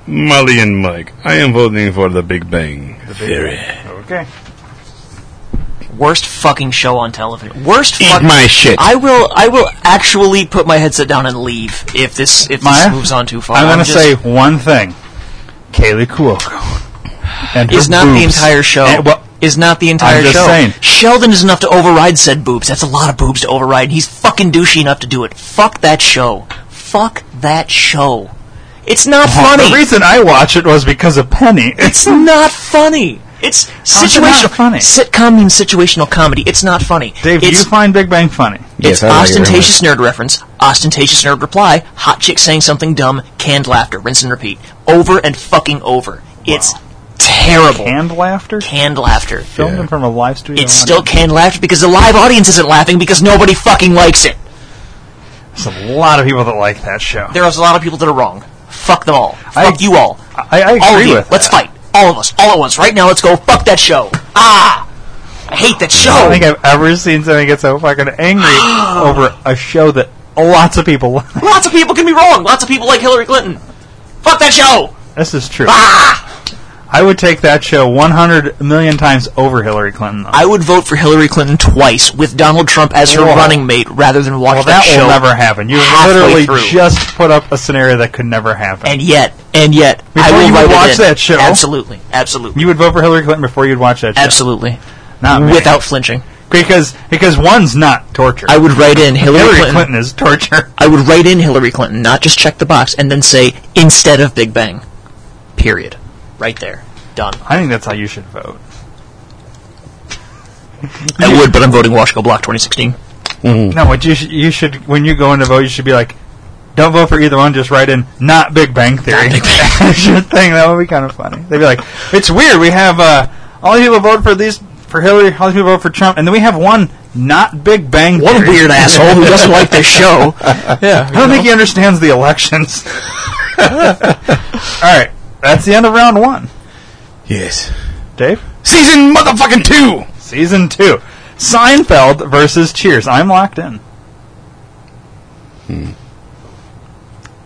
[SPEAKER 6] Molly and Mike. I am voting for the Big Bang.
[SPEAKER 2] The Big
[SPEAKER 6] Theory.
[SPEAKER 2] Bang. Okay.
[SPEAKER 4] Worst fucking show on television. Worst
[SPEAKER 3] Eat
[SPEAKER 4] fucking.
[SPEAKER 3] my shit.
[SPEAKER 4] I will. I will actually put my headset down and leave if this if
[SPEAKER 2] Maya,
[SPEAKER 4] this moves on too far.
[SPEAKER 2] I'm gonna
[SPEAKER 4] I'm just-
[SPEAKER 2] say one thing. Kaylee Cuoco. And her
[SPEAKER 4] is not the
[SPEAKER 2] boobs.
[SPEAKER 4] entire show.
[SPEAKER 2] And- well,
[SPEAKER 4] is not the entire
[SPEAKER 2] I'm just
[SPEAKER 4] show.
[SPEAKER 2] saying.
[SPEAKER 4] Sheldon is enough to override said boobs. That's a lot of boobs to override. and He's fucking douchey enough to do it. Fuck that show. Fuck that show. It's not
[SPEAKER 2] Uh-huh. The
[SPEAKER 4] funny.
[SPEAKER 2] reason I watch it was because of Penny. *laughs*
[SPEAKER 4] It's not funny. It's
[SPEAKER 2] is it
[SPEAKER 4] situational
[SPEAKER 2] not funny?
[SPEAKER 4] sitcom means situational comedy. It's not funny.
[SPEAKER 2] Dave, do
[SPEAKER 4] it's
[SPEAKER 2] you find Big Bang funny?
[SPEAKER 4] It's
[SPEAKER 3] Yes, I like it very
[SPEAKER 4] ostentatious nerd reference, ostentatious nerd reply, hot chick saying something dumb, canned laughter, rinse and repeat, over and fucking over. It's terrible.
[SPEAKER 2] Canned laughter?
[SPEAKER 4] canned laughter.
[SPEAKER 2] Filmed in front of a live studio.
[SPEAKER 4] It's still
[SPEAKER 2] audience.
[SPEAKER 4] canned laughter because the live audience isn't laughing because nobody fucking likes it.
[SPEAKER 2] There's a lot of people that like that show.
[SPEAKER 4] There is a lot of people that are wrong. Fuck them all. Fuck
[SPEAKER 2] I-
[SPEAKER 4] you all.
[SPEAKER 2] I, I agree
[SPEAKER 4] all of you.
[SPEAKER 2] with
[SPEAKER 4] Let's
[SPEAKER 2] that.
[SPEAKER 4] fight. All of us. All at once. Right now, let's go. Fuck that show. Ah! I hate that show.
[SPEAKER 2] I don't think I've ever seen somebody get so fucking
[SPEAKER 4] *gasps*
[SPEAKER 2] angry over a show that lots of people like. *laughs*
[SPEAKER 4] Lots of people can be wrong. Lots of people like Hillary Clinton. Fuck that show. Ah!
[SPEAKER 2] This is true. I would take that show 100 million times over Hillary Clinton. Though.
[SPEAKER 4] I would vote for Hillary Clinton twice with Donald Trump as her
[SPEAKER 2] Whoa.
[SPEAKER 4] running mate rather than watch
[SPEAKER 2] well, that
[SPEAKER 4] show.
[SPEAKER 2] will never happen. You
[SPEAKER 4] halfway
[SPEAKER 2] literally
[SPEAKER 4] through.
[SPEAKER 2] just put up a scenario that could never happen.
[SPEAKER 4] and yet, and yet, I
[SPEAKER 2] Before
[SPEAKER 4] will
[SPEAKER 2] you
[SPEAKER 4] write it
[SPEAKER 2] watch
[SPEAKER 4] in.
[SPEAKER 2] that show.
[SPEAKER 4] Absolutely. Absolutely.
[SPEAKER 2] you would vote for Hillary Clinton before you'd watch that show.
[SPEAKER 4] Absolutely.
[SPEAKER 2] Not me.
[SPEAKER 4] Without flinching.
[SPEAKER 2] because because one's not torture.
[SPEAKER 4] I would write in Hillary,
[SPEAKER 2] Hillary
[SPEAKER 4] Clinton.
[SPEAKER 2] Clinton. is torture. *laughs*
[SPEAKER 4] I would write in Hillary Clinton, not just check the box, and then say instead of Big Bang. Period. Right there. Done.
[SPEAKER 2] I think that's how you should vote.
[SPEAKER 4] I would, but I'm voting Washko Block 2016.
[SPEAKER 2] No, what you sh- you should when you go in to vote, you should be like, don't vote for either one. Just write in not Big Bang Theory.
[SPEAKER 4] Big Bang.
[SPEAKER 2] *laughs* That's your thing. That would be kind of funny. They'd be like, it's weird. We have uh, all these people vote for these for Hillary, all these people vote for Trump, and then we have one not Big Bang.
[SPEAKER 4] What a
[SPEAKER 2] Theory.
[SPEAKER 4] weird asshole who doesn't like this show.
[SPEAKER 2] *laughs* Yeah, I don't think he understands the elections. *laughs* all right, that's the end of round one.
[SPEAKER 3] yes.
[SPEAKER 2] Dave,
[SPEAKER 3] Season motherfucking two.
[SPEAKER 2] season two, Seinfeld versus Cheers. I'm locked in.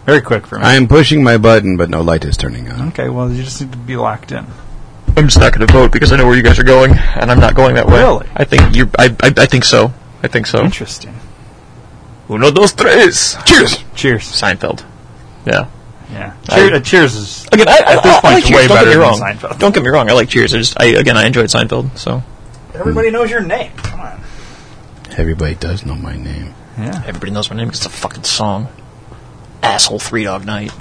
[SPEAKER 2] Very quick for me.
[SPEAKER 3] Hmm. I am pushing my button, but no light is turning on.
[SPEAKER 2] Okay, well, you just need to be locked in.
[SPEAKER 4] *laughs* I'm just not going to vote because I know where you guys are going, and I'm not going that way.
[SPEAKER 2] Really?
[SPEAKER 4] I think you. I, I, I think so. I think so.
[SPEAKER 2] Interesting.
[SPEAKER 4] Uno, dos, tres.
[SPEAKER 3] Cheers.
[SPEAKER 2] Cheers.
[SPEAKER 4] Seinfeld. Yeah.
[SPEAKER 2] Yeah. Cheer,
[SPEAKER 4] I-
[SPEAKER 2] uh, cheers is
[SPEAKER 4] Again, I, I,
[SPEAKER 2] At this
[SPEAKER 4] I,
[SPEAKER 2] point,
[SPEAKER 4] like
[SPEAKER 2] it's
[SPEAKER 4] Cheers.
[SPEAKER 2] way
[SPEAKER 4] Don't
[SPEAKER 2] better
[SPEAKER 4] get me
[SPEAKER 2] than
[SPEAKER 4] wrong.
[SPEAKER 2] Seinfeld.
[SPEAKER 4] Don't get me wrong. I like Cheers. I just, I again, I enjoyed Seinfeld. So
[SPEAKER 2] everybody knows your name. Come on.
[SPEAKER 3] Everybody does know my name.
[SPEAKER 2] Yeah.
[SPEAKER 4] everybody knows my name because it's a fucking song. Asshole Three Dog Night.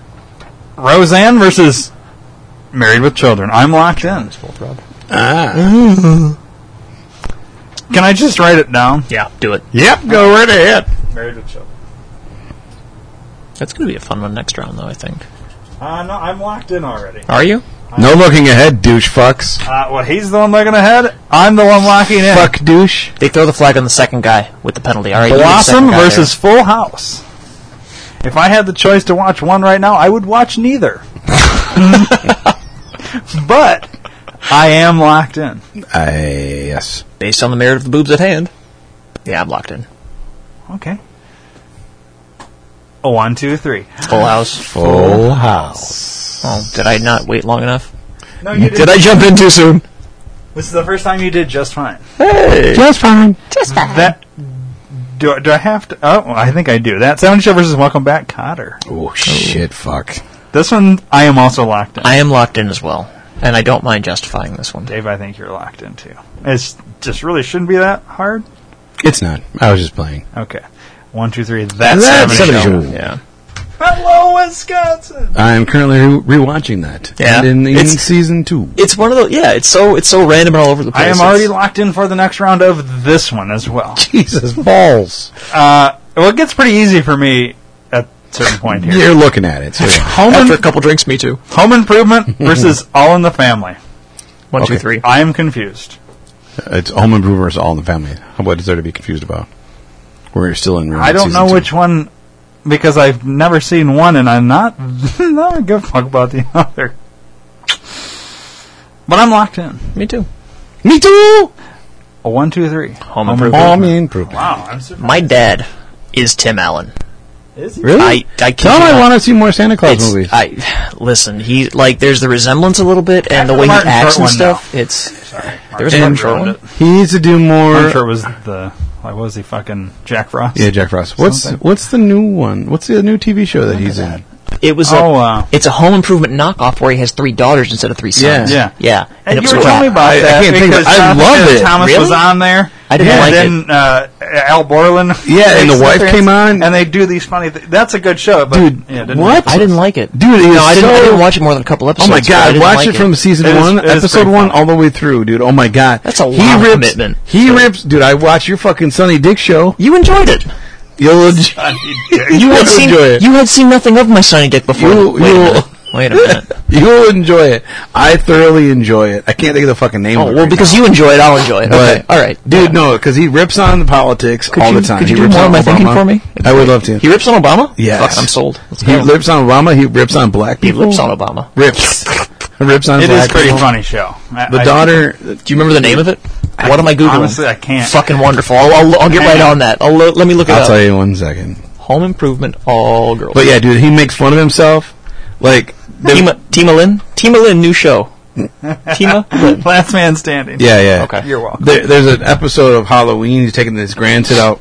[SPEAKER 2] Roseanne versus Married with Children. I'm locked in.
[SPEAKER 3] Ah.
[SPEAKER 2] Can I just write it down?
[SPEAKER 4] Yeah, do it.
[SPEAKER 3] Yep. Go right ahead.
[SPEAKER 2] Married with Children.
[SPEAKER 4] That's gonna be a fun one next round, though. I think.
[SPEAKER 2] Uh, no, I'm locked in already.
[SPEAKER 4] Are you?
[SPEAKER 3] Ah. No looking ahead, douche fucks.
[SPEAKER 2] Uh, well, he's the one looking ahead. I'm the one locking in.
[SPEAKER 3] *laughs* Fuck douche.
[SPEAKER 4] They throw the flag on the second guy with the penalty. All right. you
[SPEAKER 2] Blossom
[SPEAKER 4] second guy
[SPEAKER 2] versus Full House. If I had the choice to watch one right now, I would watch neither. *laughs* but I am locked in.
[SPEAKER 3] I yes.
[SPEAKER 4] there. based on the merit of the boobs at hand. Yeah, I'm locked in.
[SPEAKER 2] Okay. A one, two, three.
[SPEAKER 4] Full house.
[SPEAKER 3] Full house.
[SPEAKER 4] Oh, did I not wait long enough?
[SPEAKER 2] No, you
[SPEAKER 3] Did I jump in too soon?
[SPEAKER 2] This is the first time you did just fine.
[SPEAKER 3] Just fine.
[SPEAKER 2] That do, I- do I have to? Oh, I think I do. That seven show versus Welcome Back Cotter.
[SPEAKER 3] Oh shit, fuck.
[SPEAKER 2] This one I am also locked in.
[SPEAKER 4] I am locked in as well, and I don't mind justifying this one.
[SPEAKER 2] Dave, I think you're locked in too. It's just really shouldn't be that hard.
[SPEAKER 3] It's not. I was just playing.
[SPEAKER 2] Okay, one, two, three. That's,
[SPEAKER 3] That's
[SPEAKER 2] seven
[SPEAKER 3] seven
[SPEAKER 2] show.
[SPEAKER 3] show.
[SPEAKER 4] Yeah.
[SPEAKER 2] Hello, Wisconsin.
[SPEAKER 3] I am currently re- rewatching that.
[SPEAKER 7] Yeah.
[SPEAKER 3] And in, in
[SPEAKER 7] It's-
[SPEAKER 3] season two.
[SPEAKER 7] It's one of those. Yeah, it's so it's so random and all over the place.
[SPEAKER 2] I am already
[SPEAKER 7] It's-
[SPEAKER 2] locked in for the next round of this one as well.
[SPEAKER 3] Jesus balls!
[SPEAKER 2] Uh, well, it gets pretty easy for me at a certain point here.
[SPEAKER 3] You're looking at it. So
[SPEAKER 4] *laughs*
[SPEAKER 2] Home,
[SPEAKER 7] after a
[SPEAKER 2] in-
[SPEAKER 7] couple drinks. Me too.
[SPEAKER 2] home Improvement versus All in the Family.
[SPEAKER 7] One, two,
[SPEAKER 3] Okay.
[SPEAKER 7] three.
[SPEAKER 2] I am confused.
[SPEAKER 3] it's Home Improvers All in the Family. What is there to be confused about? We're still in.
[SPEAKER 2] I don't know which one because I've never seen one, and I'm not *laughs* not a good fuck about the other. But I'm locked in.
[SPEAKER 7] Me too.
[SPEAKER 3] Me too.
[SPEAKER 2] A one, two, three. Home,
[SPEAKER 3] Home Improvement.
[SPEAKER 2] Wow, I'm surprised.
[SPEAKER 4] My dad is Tim Allen.
[SPEAKER 3] Really?
[SPEAKER 4] I I
[SPEAKER 3] Tell
[SPEAKER 4] can't.
[SPEAKER 3] him I want to see more Santa Claus
[SPEAKER 4] It's-
[SPEAKER 3] movies.
[SPEAKER 4] I listen. He like there's the resemblance a little bit, and the way
[SPEAKER 2] Martin
[SPEAKER 4] he
[SPEAKER 2] Short
[SPEAKER 4] acts and
[SPEAKER 2] one,
[SPEAKER 4] stuff. It's
[SPEAKER 2] Sorry,
[SPEAKER 4] There's
[SPEAKER 2] Martin
[SPEAKER 4] one
[SPEAKER 2] Short
[SPEAKER 4] short
[SPEAKER 2] ruined
[SPEAKER 4] one.
[SPEAKER 2] it.
[SPEAKER 3] he needs to do
[SPEAKER 2] Martin
[SPEAKER 3] more.
[SPEAKER 2] Short was the like, what was he fucking Jack Frost?
[SPEAKER 3] Yeah, Jack Frost. What's
[SPEAKER 2] Something.
[SPEAKER 3] what's the new one? What's the new TV show that he's in?
[SPEAKER 4] it was
[SPEAKER 2] Oh,
[SPEAKER 4] a
[SPEAKER 2] uh,
[SPEAKER 4] it's a home improvement knockoff where he has three daughters instead of three sons.
[SPEAKER 2] Yeah.
[SPEAKER 4] yeah.
[SPEAKER 2] And you
[SPEAKER 4] it was
[SPEAKER 2] were
[SPEAKER 4] crap.
[SPEAKER 2] telling me about
[SPEAKER 3] I- I
[SPEAKER 2] that
[SPEAKER 3] can't think of-
[SPEAKER 2] because
[SPEAKER 3] I
[SPEAKER 2] Jonathan
[SPEAKER 3] love it.
[SPEAKER 2] Thomas was
[SPEAKER 4] Really?
[SPEAKER 2] on there.
[SPEAKER 4] I didn't
[SPEAKER 2] and
[SPEAKER 4] like
[SPEAKER 2] then, Uh, Al Borland,
[SPEAKER 3] *laughs* Yeah, and the
[SPEAKER 2] makes
[SPEAKER 3] wife
[SPEAKER 2] appearance,
[SPEAKER 3] came on.
[SPEAKER 2] and they do these funny. Th- that's a good show, but
[SPEAKER 3] Dude,
[SPEAKER 2] yeah, it didn't
[SPEAKER 3] what?
[SPEAKER 4] I didn't like it.
[SPEAKER 3] Dude, it is
[SPEAKER 4] no, I didn't. I
[SPEAKER 3] so-
[SPEAKER 4] didn't watch it more than a couple episodes.
[SPEAKER 3] Oh my
[SPEAKER 4] but I
[SPEAKER 3] god!
[SPEAKER 4] didn't
[SPEAKER 3] Watch
[SPEAKER 4] like
[SPEAKER 3] it from season
[SPEAKER 2] It is-
[SPEAKER 3] one,
[SPEAKER 2] it is
[SPEAKER 3] episode
[SPEAKER 2] pretty
[SPEAKER 3] one,
[SPEAKER 2] fun.
[SPEAKER 3] all the way through, dude. Oh my god!
[SPEAKER 4] That's a lot of commitment.
[SPEAKER 3] He
[SPEAKER 4] Sure.
[SPEAKER 3] rips, dude. I watch your fucking Sunny Dick show. *laughs*
[SPEAKER 4] You enjoyed it.
[SPEAKER 3] You'll enjoy, *laughs*
[SPEAKER 4] You had seen
[SPEAKER 3] enjoy it.
[SPEAKER 4] you had seen nothing of my Sonny Dick before.
[SPEAKER 3] You-
[SPEAKER 4] Wait
[SPEAKER 3] you-
[SPEAKER 4] a minute. Wait a minute.
[SPEAKER 3] You'll enjoy it. I thoroughly enjoy it. I can't think of the fucking name. of
[SPEAKER 4] Oh
[SPEAKER 3] it
[SPEAKER 4] well,
[SPEAKER 3] right
[SPEAKER 4] because
[SPEAKER 3] now.
[SPEAKER 4] you enjoy it, I'll enjoy it.
[SPEAKER 3] But,
[SPEAKER 4] okay, all right.
[SPEAKER 3] dude. No, because he rips on the politics all
[SPEAKER 4] you-
[SPEAKER 3] the time.
[SPEAKER 4] could you
[SPEAKER 3] he
[SPEAKER 4] do
[SPEAKER 3] rips
[SPEAKER 4] more
[SPEAKER 3] on
[SPEAKER 4] of my
[SPEAKER 3] Obama.
[SPEAKER 4] thinking for me?
[SPEAKER 3] I would love to.
[SPEAKER 4] He
[SPEAKER 3] He,
[SPEAKER 4] rips on Obama.
[SPEAKER 3] Yes.
[SPEAKER 4] Fuck, I'm sold. Let's go.
[SPEAKER 3] rips on Obama. He rips on black
[SPEAKER 4] He
[SPEAKER 3] people.
[SPEAKER 4] rips on Obama.
[SPEAKER 3] Rips. rips on
[SPEAKER 2] It
[SPEAKER 3] black
[SPEAKER 2] is pretty
[SPEAKER 3] people.
[SPEAKER 2] funny show. I-
[SPEAKER 3] The
[SPEAKER 2] I-
[SPEAKER 3] daughter.
[SPEAKER 4] Do you remember the name of it? What am I googling?
[SPEAKER 2] Honestly, I can't.
[SPEAKER 4] Fucking wonderful. I'll, I'll, I'll get right on that. I'll lo- let me look it
[SPEAKER 3] I'll
[SPEAKER 4] up.
[SPEAKER 3] tell you in one second.
[SPEAKER 4] Home Improvement, all girls.
[SPEAKER 3] But yeah, dude, he makes fun of himself. Like, the-
[SPEAKER 4] Tima, Tima Lin, Tima Lin,
[SPEAKER 3] *laughs*
[SPEAKER 4] new show. Tima Lin.
[SPEAKER 2] *laughs* Last Man Standing.
[SPEAKER 3] yeah, yeah.
[SPEAKER 4] Okay.
[SPEAKER 2] You're welcome.
[SPEAKER 3] There, there's an episode of Halloween. He's taking his grandkid out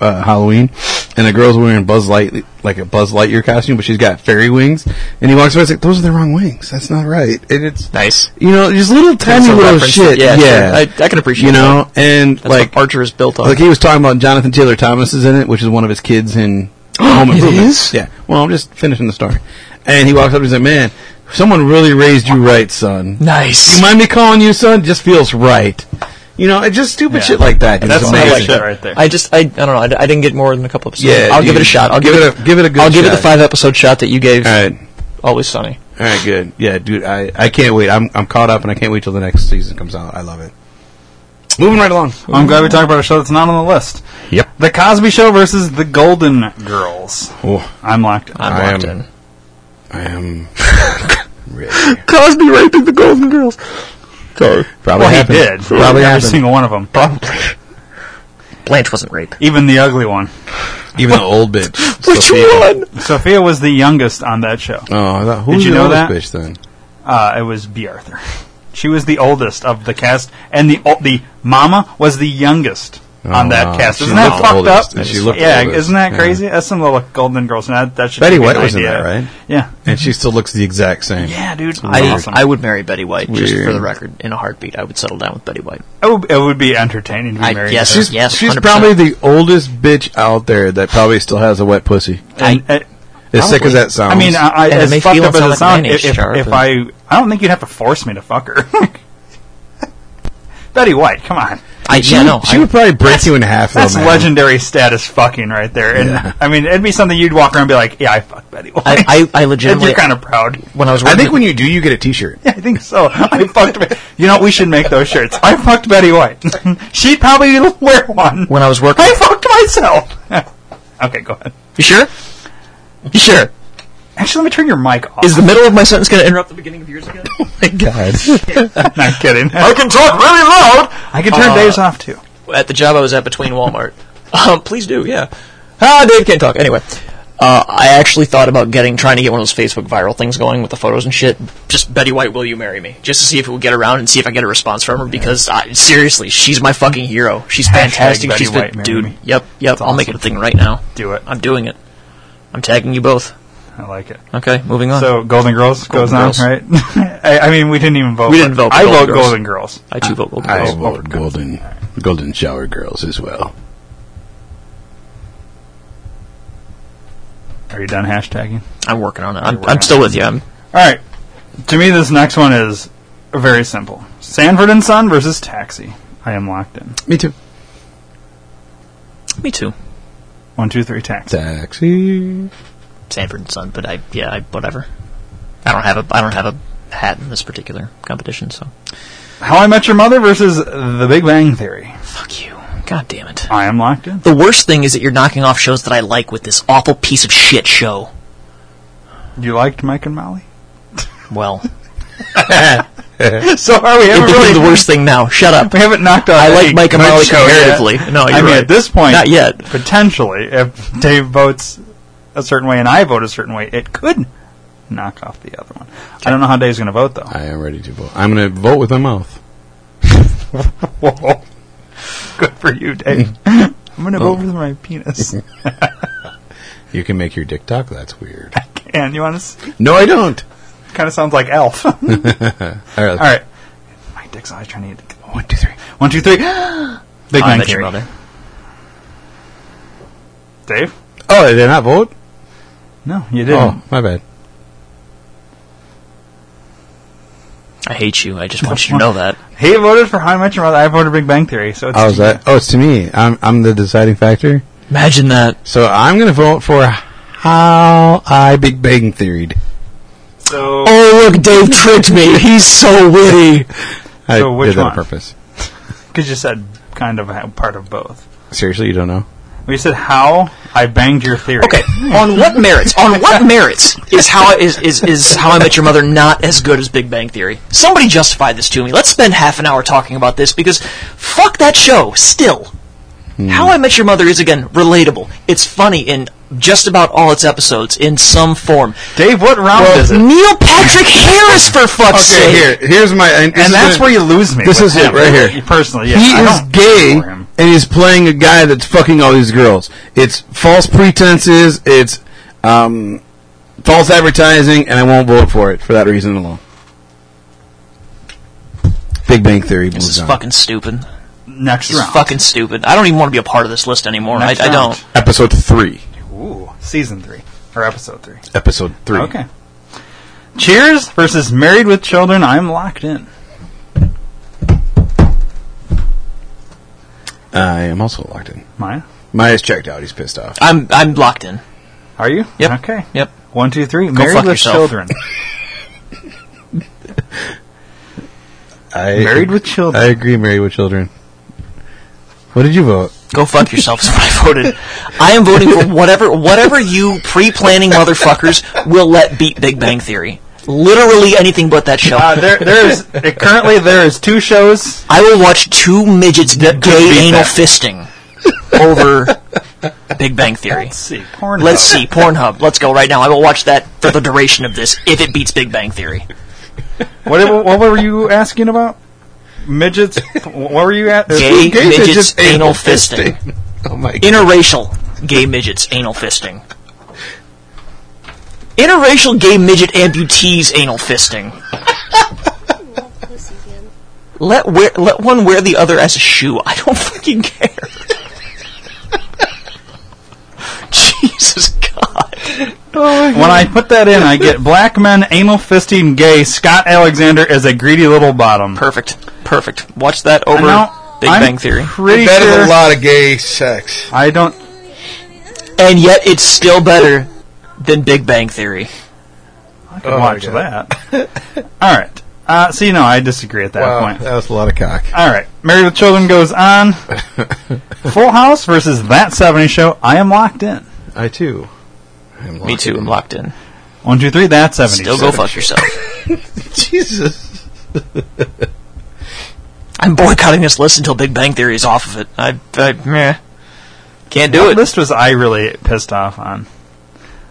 [SPEAKER 3] uh, Halloween, and the girl's wearing Buzz Light like a Buzz Lightyear costume, but she's got fairy wings. And he walks by, he's like, "Those are the wrong wings. That's not right." And it's
[SPEAKER 4] Nice.
[SPEAKER 3] you know, just little tiny
[SPEAKER 4] That's a
[SPEAKER 3] little
[SPEAKER 4] reference.
[SPEAKER 3] shit.
[SPEAKER 4] Yeah,
[SPEAKER 3] Yeah,
[SPEAKER 4] sure. I- I can appreciate
[SPEAKER 3] You know, and
[SPEAKER 4] That's
[SPEAKER 3] like
[SPEAKER 4] what Archer is built on.
[SPEAKER 3] Like he was talking about Jonathan Taylor Thomas is in it, which is one of his kids in Home
[SPEAKER 4] *gasps* It
[SPEAKER 3] Improvement.
[SPEAKER 4] is?
[SPEAKER 3] Yeah. Well, I'm just finishing the story. And he walks up and he's like, "Man, someone really raised you right, son.
[SPEAKER 4] nice.
[SPEAKER 3] You mind me calling you son? Just feels right. You know, it's just stupid
[SPEAKER 2] Yeah.
[SPEAKER 3] shit like that. dude.
[SPEAKER 2] That's
[SPEAKER 3] It's
[SPEAKER 2] some
[SPEAKER 3] amazing.
[SPEAKER 2] good shit right there.
[SPEAKER 4] I just, I, I don't know. I, I didn't get more than a couple episodes.
[SPEAKER 3] Yeah,
[SPEAKER 4] I'll
[SPEAKER 3] dude.
[SPEAKER 4] give it a shot. I'll
[SPEAKER 3] Give
[SPEAKER 4] give,
[SPEAKER 3] it a- give it a good
[SPEAKER 4] I'll give it the
[SPEAKER 3] shot.
[SPEAKER 4] five episode shot that you gave.
[SPEAKER 3] All right.
[SPEAKER 4] Always Sunny.
[SPEAKER 3] All right, good. Yeah, dude, I, I can't wait. I'm I'm caught up, and I can't wait till the next season comes out. I love it. Moving right along.
[SPEAKER 2] I'm glad we talked about a show that's not on the list.
[SPEAKER 3] Yep.
[SPEAKER 2] The Cosby Show versus The Golden Girls.
[SPEAKER 3] Oh,
[SPEAKER 2] I'm locked. in.
[SPEAKER 4] I'm
[SPEAKER 3] I
[SPEAKER 4] locked
[SPEAKER 3] am-
[SPEAKER 4] in.
[SPEAKER 3] I *laughs* am.
[SPEAKER 7] Cosby raping the Golden Girls.
[SPEAKER 3] Probably
[SPEAKER 2] well,
[SPEAKER 3] happened.
[SPEAKER 2] he did.
[SPEAKER 3] Probably
[SPEAKER 2] every
[SPEAKER 3] happened.
[SPEAKER 2] single one of them.
[SPEAKER 4] Blanche wasn't rape.
[SPEAKER 2] Even the ugly one.
[SPEAKER 3] Even the old bitch. *laughs*
[SPEAKER 7] Which
[SPEAKER 3] Sophia.
[SPEAKER 7] one?
[SPEAKER 2] Sophia was the youngest on that show.
[SPEAKER 3] Oh, I thought, who
[SPEAKER 2] Did
[SPEAKER 3] was
[SPEAKER 2] you
[SPEAKER 3] the
[SPEAKER 2] know
[SPEAKER 3] oldest
[SPEAKER 2] that?
[SPEAKER 3] bitch then?
[SPEAKER 2] Uh, it was B. Arthur. *laughs* She was the oldest of the cast, and the o- the mama was the youngest on
[SPEAKER 3] Oh,
[SPEAKER 2] that
[SPEAKER 3] wow.
[SPEAKER 2] cast.
[SPEAKER 3] She
[SPEAKER 2] Isn't that
[SPEAKER 3] looked the
[SPEAKER 2] fucked
[SPEAKER 3] oldest,
[SPEAKER 2] up?
[SPEAKER 3] and she looked the
[SPEAKER 2] yeah,
[SPEAKER 3] oldest.
[SPEAKER 2] isn't that
[SPEAKER 3] Yeah.
[SPEAKER 2] crazy? That's some little Golden Girls. and That, that should
[SPEAKER 3] Betty
[SPEAKER 2] be
[SPEAKER 3] White
[SPEAKER 2] an
[SPEAKER 3] was in
[SPEAKER 2] idea.
[SPEAKER 3] that, right?
[SPEAKER 2] Yeah.
[SPEAKER 3] And she still looks the exact same.
[SPEAKER 2] Yeah, dude.
[SPEAKER 4] I,
[SPEAKER 2] awesome.
[SPEAKER 4] I would marry Betty White, just
[SPEAKER 3] Weird.
[SPEAKER 4] for the record, in a heartbeat. I would settle down with Betty White.
[SPEAKER 2] It would, it would be entertaining to be
[SPEAKER 4] I-
[SPEAKER 2] married.
[SPEAKER 4] yes.
[SPEAKER 2] to her.
[SPEAKER 3] She's,
[SPEAKER 4] Yes,
[SPEAKER 3] she's
[SPEAKER 4] 100%.
[SPEAKER 3] probably the oldest bitch out there that probably still has a wet pussy.
[SPEAKER 2] And, uh,
[SPEAKER 3] As sick as that sounds.
[SPEAKER 2] I mean, uh, I, I,
[SPEAKER 4] And it
[SPEAKER 2] as
[SPEAKER 4] may
[SPEAKER 2] fucked
[SPEAKER 4] feel
[SPEAKER 2] up as
[SPEAKER 4] sound
[SPEAKER 2] it
[SPEAKER 4] like
[SPEAKER 2] sounds,
[SPEAKER 4] mayonnaise
[SPEAKER 2] if, if,
[SPEAKER 4] jar,
[SPEAKER 2] if
[SPEAKER 4] but-
[SPEAKER 2] I, I don't think you'd have to force me to fuck her. *laughs* Betty White, come on,
[SPEAKER 4] I,
[SPEAKER 3] she,
[SPEAKER 4] yeah, no.
[SPEAKER 3] would, she
[SPEAKER 4] I,
[SPEAKER 3] would probably break you in half.
[SPEAKER 2] that's
[SPEAKER 3] though, man.
[SPEAKER 2] legendary status fucking right there. And
[SPEAKER 3] Yeah.
[SPEAKER 2] I mean, it'd be something you'd walk around and be like, "Yeah, I fucked Betty White." *laughs*
[SPEAKER 4] I, I, I
[SPEAKER 2] and
[SPEAKER 4] legitimately,
[SPEAKER 2] you're kind of proud. *laughs*
[SPEAKER 4] when I was
[SPEAKER 3] I
[SPEAKER 4] working
[SPEAKER 3] think when you do, you get a T-shirt.
[SPEAKER 2] I think so. I fucked. Be- you know, we should make those shirts. I fucked Betty White. *laughs* She'd probably wear one.
[SPEAKER 4] when I was working,
[SPEAKER 2] I fucked myself. *laughs* okay, go ahead.
[SPEAKER 4] you sure? You sure?
[SPEAKER 2] Actually, let me turn your mic off.
[SPEAKER 4] Is
[SPEAKER 2] *laughs*
[SPEAKER 4] the middle of my sentence going to interrupt the beginning of yours *laughs* again?
[SPEAKER 3] God,
[SPEAKER 2] Not kidding. I can talk really loud. I can turn
[SPEAKER 4] Uh,
[SPEAKER 2] Dave's off too.
[SPEAKER 4] at the job I was at between Walmart. *laughs* um, please do, yeah. Ah, Dave can't talk. Anyway, uh, I actually thought about getting trying to get one of those Facebook viral things going with the photos and shit. Just Betty White, will you marry me? Just to see if it would get around and see if I get a response from her. Because I, seriously, she's my fucking hero. She's fantastic.
[SPEAKER 2] Betty
[SPEAKER 4] She's been-
[SPEAKER 2] White, marry
[SPEAKER 4] dude.
[SPEAKER 2] me.
[SPEAKER 4] Yep, yep. I'll make it a thing right now.
[SPEAKER 2] Do it.
[SPEAKER 4] I'm doing it. I'm tagging you both.
[SPEAKER 2] I like it.
[SPEAKER 4] Okay, moving on.
[SPEAKER 2] So Golden Girls goes
[SPEAKER 4] Golden
[SPEAKER 2] on,
[SPEAKER 4] Girls.
[SPEAKER 2] right? *laughs* I, I mean, we didn't even vote.
[SPEAKER 4] We
[SPEAKER 2] but
[SPEAKER 4] didn't vote for
[SPEAKER 2] I
[SPEAKER 4] Golden
[SPEAKER 2] vote
[SPEAKER 4] Girls.
[SPEAKER 2] Golden Girls.
[SPEAKER 4] I too vote.
[SPEAKER 3] I
[SPEAKER 4] Golden Girls.
[SPEAKER 3] vote golden, golden shower girls as well.
[SPEAKER 2] Are you done hashtagging?
[SPEAKER 4] I'm working on it. I'm, I'm still with you. I'm,
[SPEAKER 2] All right. To me, this next one is very simple. Sanford and Son versus Taxi. I am locked in.
[SPEAKER 3] Me too.
[SPEAKER 4] me too.
[SPEAKER 2] One, two, three, Taxi.
[SPEAKER 3] Taxi.
[SPEAKER 4] Sanford and Son, but I yeah, I, whatever. I don't have a I don't have a hat in this particular competition, so
[SPEAKER 2] How I Met Your Mother versus The Big Bang Theory.
[SPEAKER 4] fuck you. God damn it.
[SPEAKER 2] I am locked in.
[SPEAKER 4] The worst thing is that you're knocking off shows that I like with this awful piece of shit show.
[SPEAKER 2] You liked Mike and Molly? *laughs*
[SPEAKER 4] Well,
[SPEAKER 2] So are we
[SPEAKER 4] you're
[SPEAKER 2] haven't
[SPEAKER 4] doing
[SPEAKER 2] really
[SPEAKER 4] the worst thing now. Shut up.
[SPEAKER 2] *laughs* We haven't knocked out.
[SPEAKER 4] I like Mike and Molly
[SPEAKER 2] show yet.
[SPEAKER 4] comparatively. No, you're
[SPEAKER 2] I mean
[SPEAKER 4] right.
[SPEAKER 2] at this point,
[SPEAKER 4] Not yet.
[SPEAKER 2] Potentially, if Dave votes a certain way and I vote a certain way, it could knock off the other one. I don't know how Dave's going to vote though. *laughs*
[SPEAKER 3] I am ready to vote. I'm going to vote with my mouth.
[SPEAKER 2] Whoa. Good for you, Dave.
[SPEAKER 4] Mm.
[SPEAKER 2] I'm going to
[SPEAKER 4] Oh.
[SPEAKER 2] vote with my
[SPEAKER 4] *laughs*
[SPEAKER 2] penis.
[SPEAKER 3] You can make your dick talk. That's weird.
[SPEAKER 2] *laughs* and you want to? see?
[SPEAKER 3] no, I don't.
[SPEAKER 2] Kind of sounds like
[SPEAKER 3] *laughs*
[SPEAKER 2] Elf. *laughs* All
[SPEAKER 3] All right.
[SPEAKER 2] right. My dick's always trying to get one, two, three. One, two, three. *gasps*
[SPEAKER 3] Oh,
[SPEAKER 2] Big
[SPEAKER 4] I
[SPEAKER 2] Bang
[SPEAKER 4] bet your
[SPEAKER 2] Theory.
[SPEAKER 4] mother.
[SPEAKER 2] Dave?
[SPEAKER 3] Oh, did I not vote?
[SPEAKER 2] No, you didn't.
[SPEAKER 3] Oh, my bad.
[SPEAKER 4] I hate you. I just want you to know that.
[SPEAKER 2] He voted for How I Met Your Mother. I voted Big Bang Theory. So it's
[SPEAKER 3] Oh, is that? Oh, it's to me. I'm I'm the deciding factor.
[SPEAKER 4] Imagine that.
[SPEAKER 3] So I'm going to vote for how I Big Bang Theoried.
[SPEAKER 2] So
[SPEAKER 4] Oh look, Dave tricked me. He's so witty.
[SPEAKER 3] I
[SPEAKER 2] So which
[SPEAKER 3] did that
[SPEAKER 2] one?
[SPEAKER 3] on purpose.
[SPEAKER 2] because you said kind of a part of both.
[SPEAKER 3] Seriously, you don't know?
[SPEAKER 2] We said how I banged your theory.
[SPEAKER 4] Okay, on what merits? On what merits is how is, is is how I Met Your Mother not as good as Big Bang Theory? Somebody justify this to me. Let's spend half an hour talking about this because fuck that show. Still,
[SPEAKER 2] Hmm.
[SPEAKER 4] How I Met Your Mother is again relatable. It's funny in just about all its episodes in some form.
[SPEAKER 2] Dave, what round is it?
[SPEAKER 4] Neil Patrick Harris, for fuck's sake!
[SPEAKER 3] Here's my. And,
[SPEAKER 2] And that's where you lose me.
[SPEAKER 3] This
[SPEAKER 2] with
[SPEAKER 3] is it
[SPEAKER 2] him.
[SPEAKER 3] right here.
[SPEAKER 2] Personally, yeah,
[SPEAKER 3] he
[SPEAKER 2] I
[SPEAKER 3] is
[SPEAKER 2] don't
[SPEAKER 3] gay
[SPEAKER 2] vote for him.
[SPEAKER 3] and he's playing a guy that's fucking all these girls. It's false pretenses. It's um, false advertising, and I won't vote for it for that reason alone. Big Bang Theory.
[SPEAKER 4] This is
[SPEAKER 3] moves on.
[SPEAKER 4] fucking stupid.
[SPEAKER 2] Next
[SPEAKER 4] This is
[SPEAKER 2] round.
[SPEAKER 4] fucking stupid. I don't even want to be a part of this list anymore. I, I
[SPEAKER 2] Next round.
[SPEAKER 4] don't.
[SPEAKER 3] episode three.
[SPEAKER 2] Ooh, season three or episode three.
[SPEAKER 3] Episode three.
[SPEAKER 2] Okay. Cheers versus Married with Children. I'm locked in.
[SPEAKER 3] I am also locked in.
[SPEAKER 2] Maya,
[SPEAKER 3] Maya's checked out. He's pissed off.
[SPEAKER 4] I'm I'm locked in.
[SPEAKER 2] are you?
[SPEAKER 4] Yep.
[SPEAKER 2] Okay.
[SPEAKER 4] Yep.
[SPEAKER 2] One, two, three. Married
[SPEAKER 4] fuck
[SPEAKER 2] with
[SPEAKER 4] yourself.
[SPEAKER 2] Children.
[SPEAKER 3] I,
[SPEAKER 2] Married with Children.
[SPEAKER 3] I agree. Married with children. What did you vote?
[SPEAKER 4] Go fuck yourselves. is what I voted. I am voting for whatever whatever you pre-planning motherfuckers will let beat Big Bang Theory. Literally anything but that show.
[SPEAKER 2] Uh,
[SPEAKER 4] *laughs*
[SPEAKER 2] there, there's currently there is two shows
[SPEAKER 4] I will watch two midgets gay
[SPEAKER 2] beat
[SPEAKER 4] anal
[SPEAKER 2] that.
[SPEAKER 4] fisting over Big Bang Theory.
[SPEAKER 2] Let's see, Pornhub.
[SPEAKER 4] Let's see Pornhub. Let's go right now. I will watch that for the duration of this if it beats Big Bang Theory.
[SPEAKER 2] What, what were you asking about? Midgets? what were you at?
[SPEAKER 4] Gay
[SPEAKER 3] Gay
[SPEAKER 4] midgets anal fisting.
[SPEAKER 3] fisting. *laughs* Oh my god.
[SPEAKER 4] interracial gay midgets anal fisting. Interracial gay midget amputees anal fisting. Let wear, let one wear the other as a shoe. I don't fucking care. *laughs* Jesus God.
[SPEAKER 2] *laughs* When I put that in, I get black men anal fisting gay. Scott Alexander is a greedy little bottom.
[SPEAKER 4] Perfect. Perfect. Watch that over
[SPEAKER 2] Now,
[SPEAKER 4] Big
[SPEAKER 2] I'm
[SPEAKER 4] Bang Theory.
[SPEAKER 2] Pretty
[SPEAKER 3] That is
[SPEAKER 2] sure
[SPEAKER 3] a lot of gay sex.
[SPEAKER 2] I don't.
[SPEAKER 4] And yet it's still better than Big Bang Theory.
[SPEAKER 2] I could watch that. All right. Uh, so you know, I disagree at that point.
[SPEAKER 3] that was a lot of cock.
[SPEAKER 2] All right. Married with Children goes
[SPEAKER 4] *laughs*
[SPEAKER 2] on. Full House versus That 70 Show. I am locked in.
[SPEAKER 3] I too. am
[SPEAKER 4] Me
[SPEAKER 3] locked
[SPEAKER 4] too. I'm locked in.
[SPEAKER 2] One, two, three. That 70
[SPEAKER 4] Still
[SPEAKER 2] Show.
[SPEAKER 4] go fuck yourself.
[SPEAKER 3] in. Jesus.
[SPEAKER 4] I'm boycotting this list until Big Bang Theory is off of it. I, I meh. can't do
[SPEAKER 2] What
[SPEAKER 4] it.
[SPEAKER 2] list was I really pissed off on?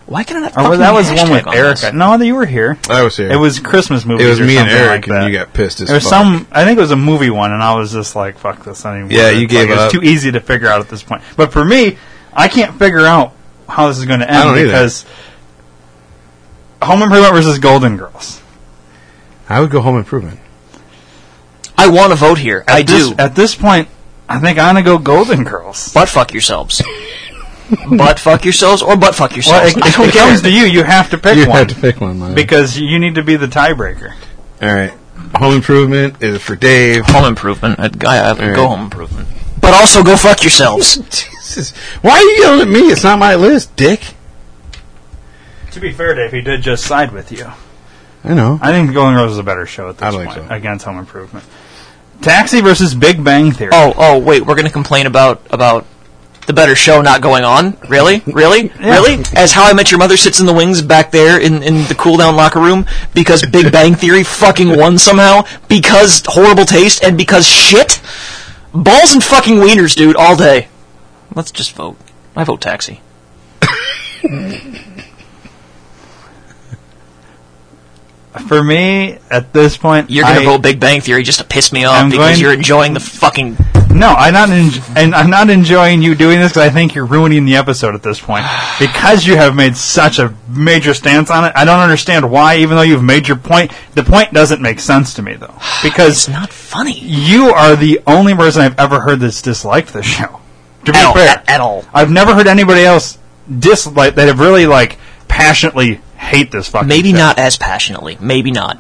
[SPEAKER 4] Why can I not?
[SPEAKER 2] Or
[SPEAKER 4] fucking
[SPEAKER 2] that was the one
[SPEAKER 4] hashtag
[SPEAKER 2] with
[SPEAKER 4] on
[SPEAKER 2] Erica.
[SPEAKER 4] this?
[SPEAKER 2] No, you were here.
[SPEAKER 3] I was here.
[SPEAKER 2] It was Christmas movies.
[SPEAKER 3] It was
[SPEAKER 2] or
[SPEAKER 3] me and
[SPEAKER 2] something
[SPEAKER 3] Eric,
[SPEAKER 2] like that.
[SPEAKER 3] and you got pissed as
[SPEAKER 2] There was
[SPEAKER 3] fuck.
[SPEAKER 2] some. I think it was a movie one, and I was just like, "Fuck this!" I didn't
[SPEAKER 3] Yeah,
[SPEAKER 2] want it.
[SPEAKER 3] you
[SPEAKER 2] It's
[SPEAKER 3] gave
[SPEAKER 2] like, It's
[SPEAKER 3] up.
[SPEAKER 2] too easy to figure out at this point. But for me, I can't figure out how this is going to end
[SPEAKER 3] don't either.
[SPEAKER 2] because Home Improvement versus Golden Girls.
[SPEAKER 3] I would go Home Improvement.
[SPEAKER 4] I want to vote here. I
[SPEAKER 2] At this-
[SPEAKER 4] do.
[SPEAKER 2] At this point, I think I'm going to go Golden Girls.
[SPEAKER 4] *laughs* But fuck yourselves. butt fuck yourselves or butt fuck
[SPEAKER 2] Well,
[SPEAKER 4] yourselves.
[SPEAKER 2] it,
[SPEAKER 3] *laughs*
[SPEAKER 2] it
[SPEAKER 4] I don't care.
[SPEAKER 2] comes to you. You have to pick
[SPEAKER 3] you
[SPEAKER 2] one
[SPEAKER 3] have to pick one, man.
[SPEAKER 2] because you need to be the tiebreaker.
[SPEAKER 3] All right. Home improvement is for Dave. *laughs*
[SPEAKER 4] Home improvement. I'd, I, I'd
[SPEAKER 3] Alright.
[SPEAKER 4] go home improvement. But also go fuck yourselves.
[SPEAKER 3] Jesus. Why are you yelling at me? It's not my list, dick.
[SPEAKER 2] To be fair, Dave, he did just side with you.
[SPEAKER 3] I know.
[SPEAKER 2] I think Golden Girls is a better show at this
[SPEAKER 3] I don't
[SPEAKER 2] point
[SPEAKER 3] think so.
[SPEAKER 2] against Home Improvement. Taxi versus Big Bang Theory.
[SPEAKER 4] oh, oh, wait. We're gonna complain about about the better show not going on. Really, really, really. As How I Met Your Mother sits in the wings back there in in the cool down locker room because
[SPEAKER 2] *laughs*
[SPEAKER 4] Big Bang Theory fucking won somehow because horrible taste and because shit. Balls and fucking wieners, dude, all day. Let's just vote. I vote taxi.
[SPEAKER 2] For me, at this point,
[SPEAKER 4] You're gonna
[SPEAKER 2] I-
[SPEAKER 4] vote Big Bang Theory just to piss me off
[SPEAKER 2] I'm
[SPEAKER 4] because
[SPEAKER 2] going-
[SPEAKER 4] you're enjoying the fucking.
[SPEAKER 2] No, I'm not, en- and I'm not enjoying you doing this because I think you're ruining the episode at this point because you have made such a major stance on it. I don't understand why, even though you've made your point. The point doesn't make sense to me
[SPEAKER 4] *sighs*
[SPEAKER 2] though
[SPEAKER 4] It's
[SPEAKER 2] because
[SPEAKER 4] not funny.
[SPEAKER 2] you are the only person I've ever heard that's disliked the show. To be
[SPEAKER 4] At all,
[SPEAKER 2] fair,
[SPEAKER 4] at- at all.
[SPEAKER 2] I've never heard anybody else dislike that have really like passionately hate this fucking.
[SPEAKER 4] Maybe
[SPEAKER 2] show.
[SPEAKER 4] not as passionately. Maybe not.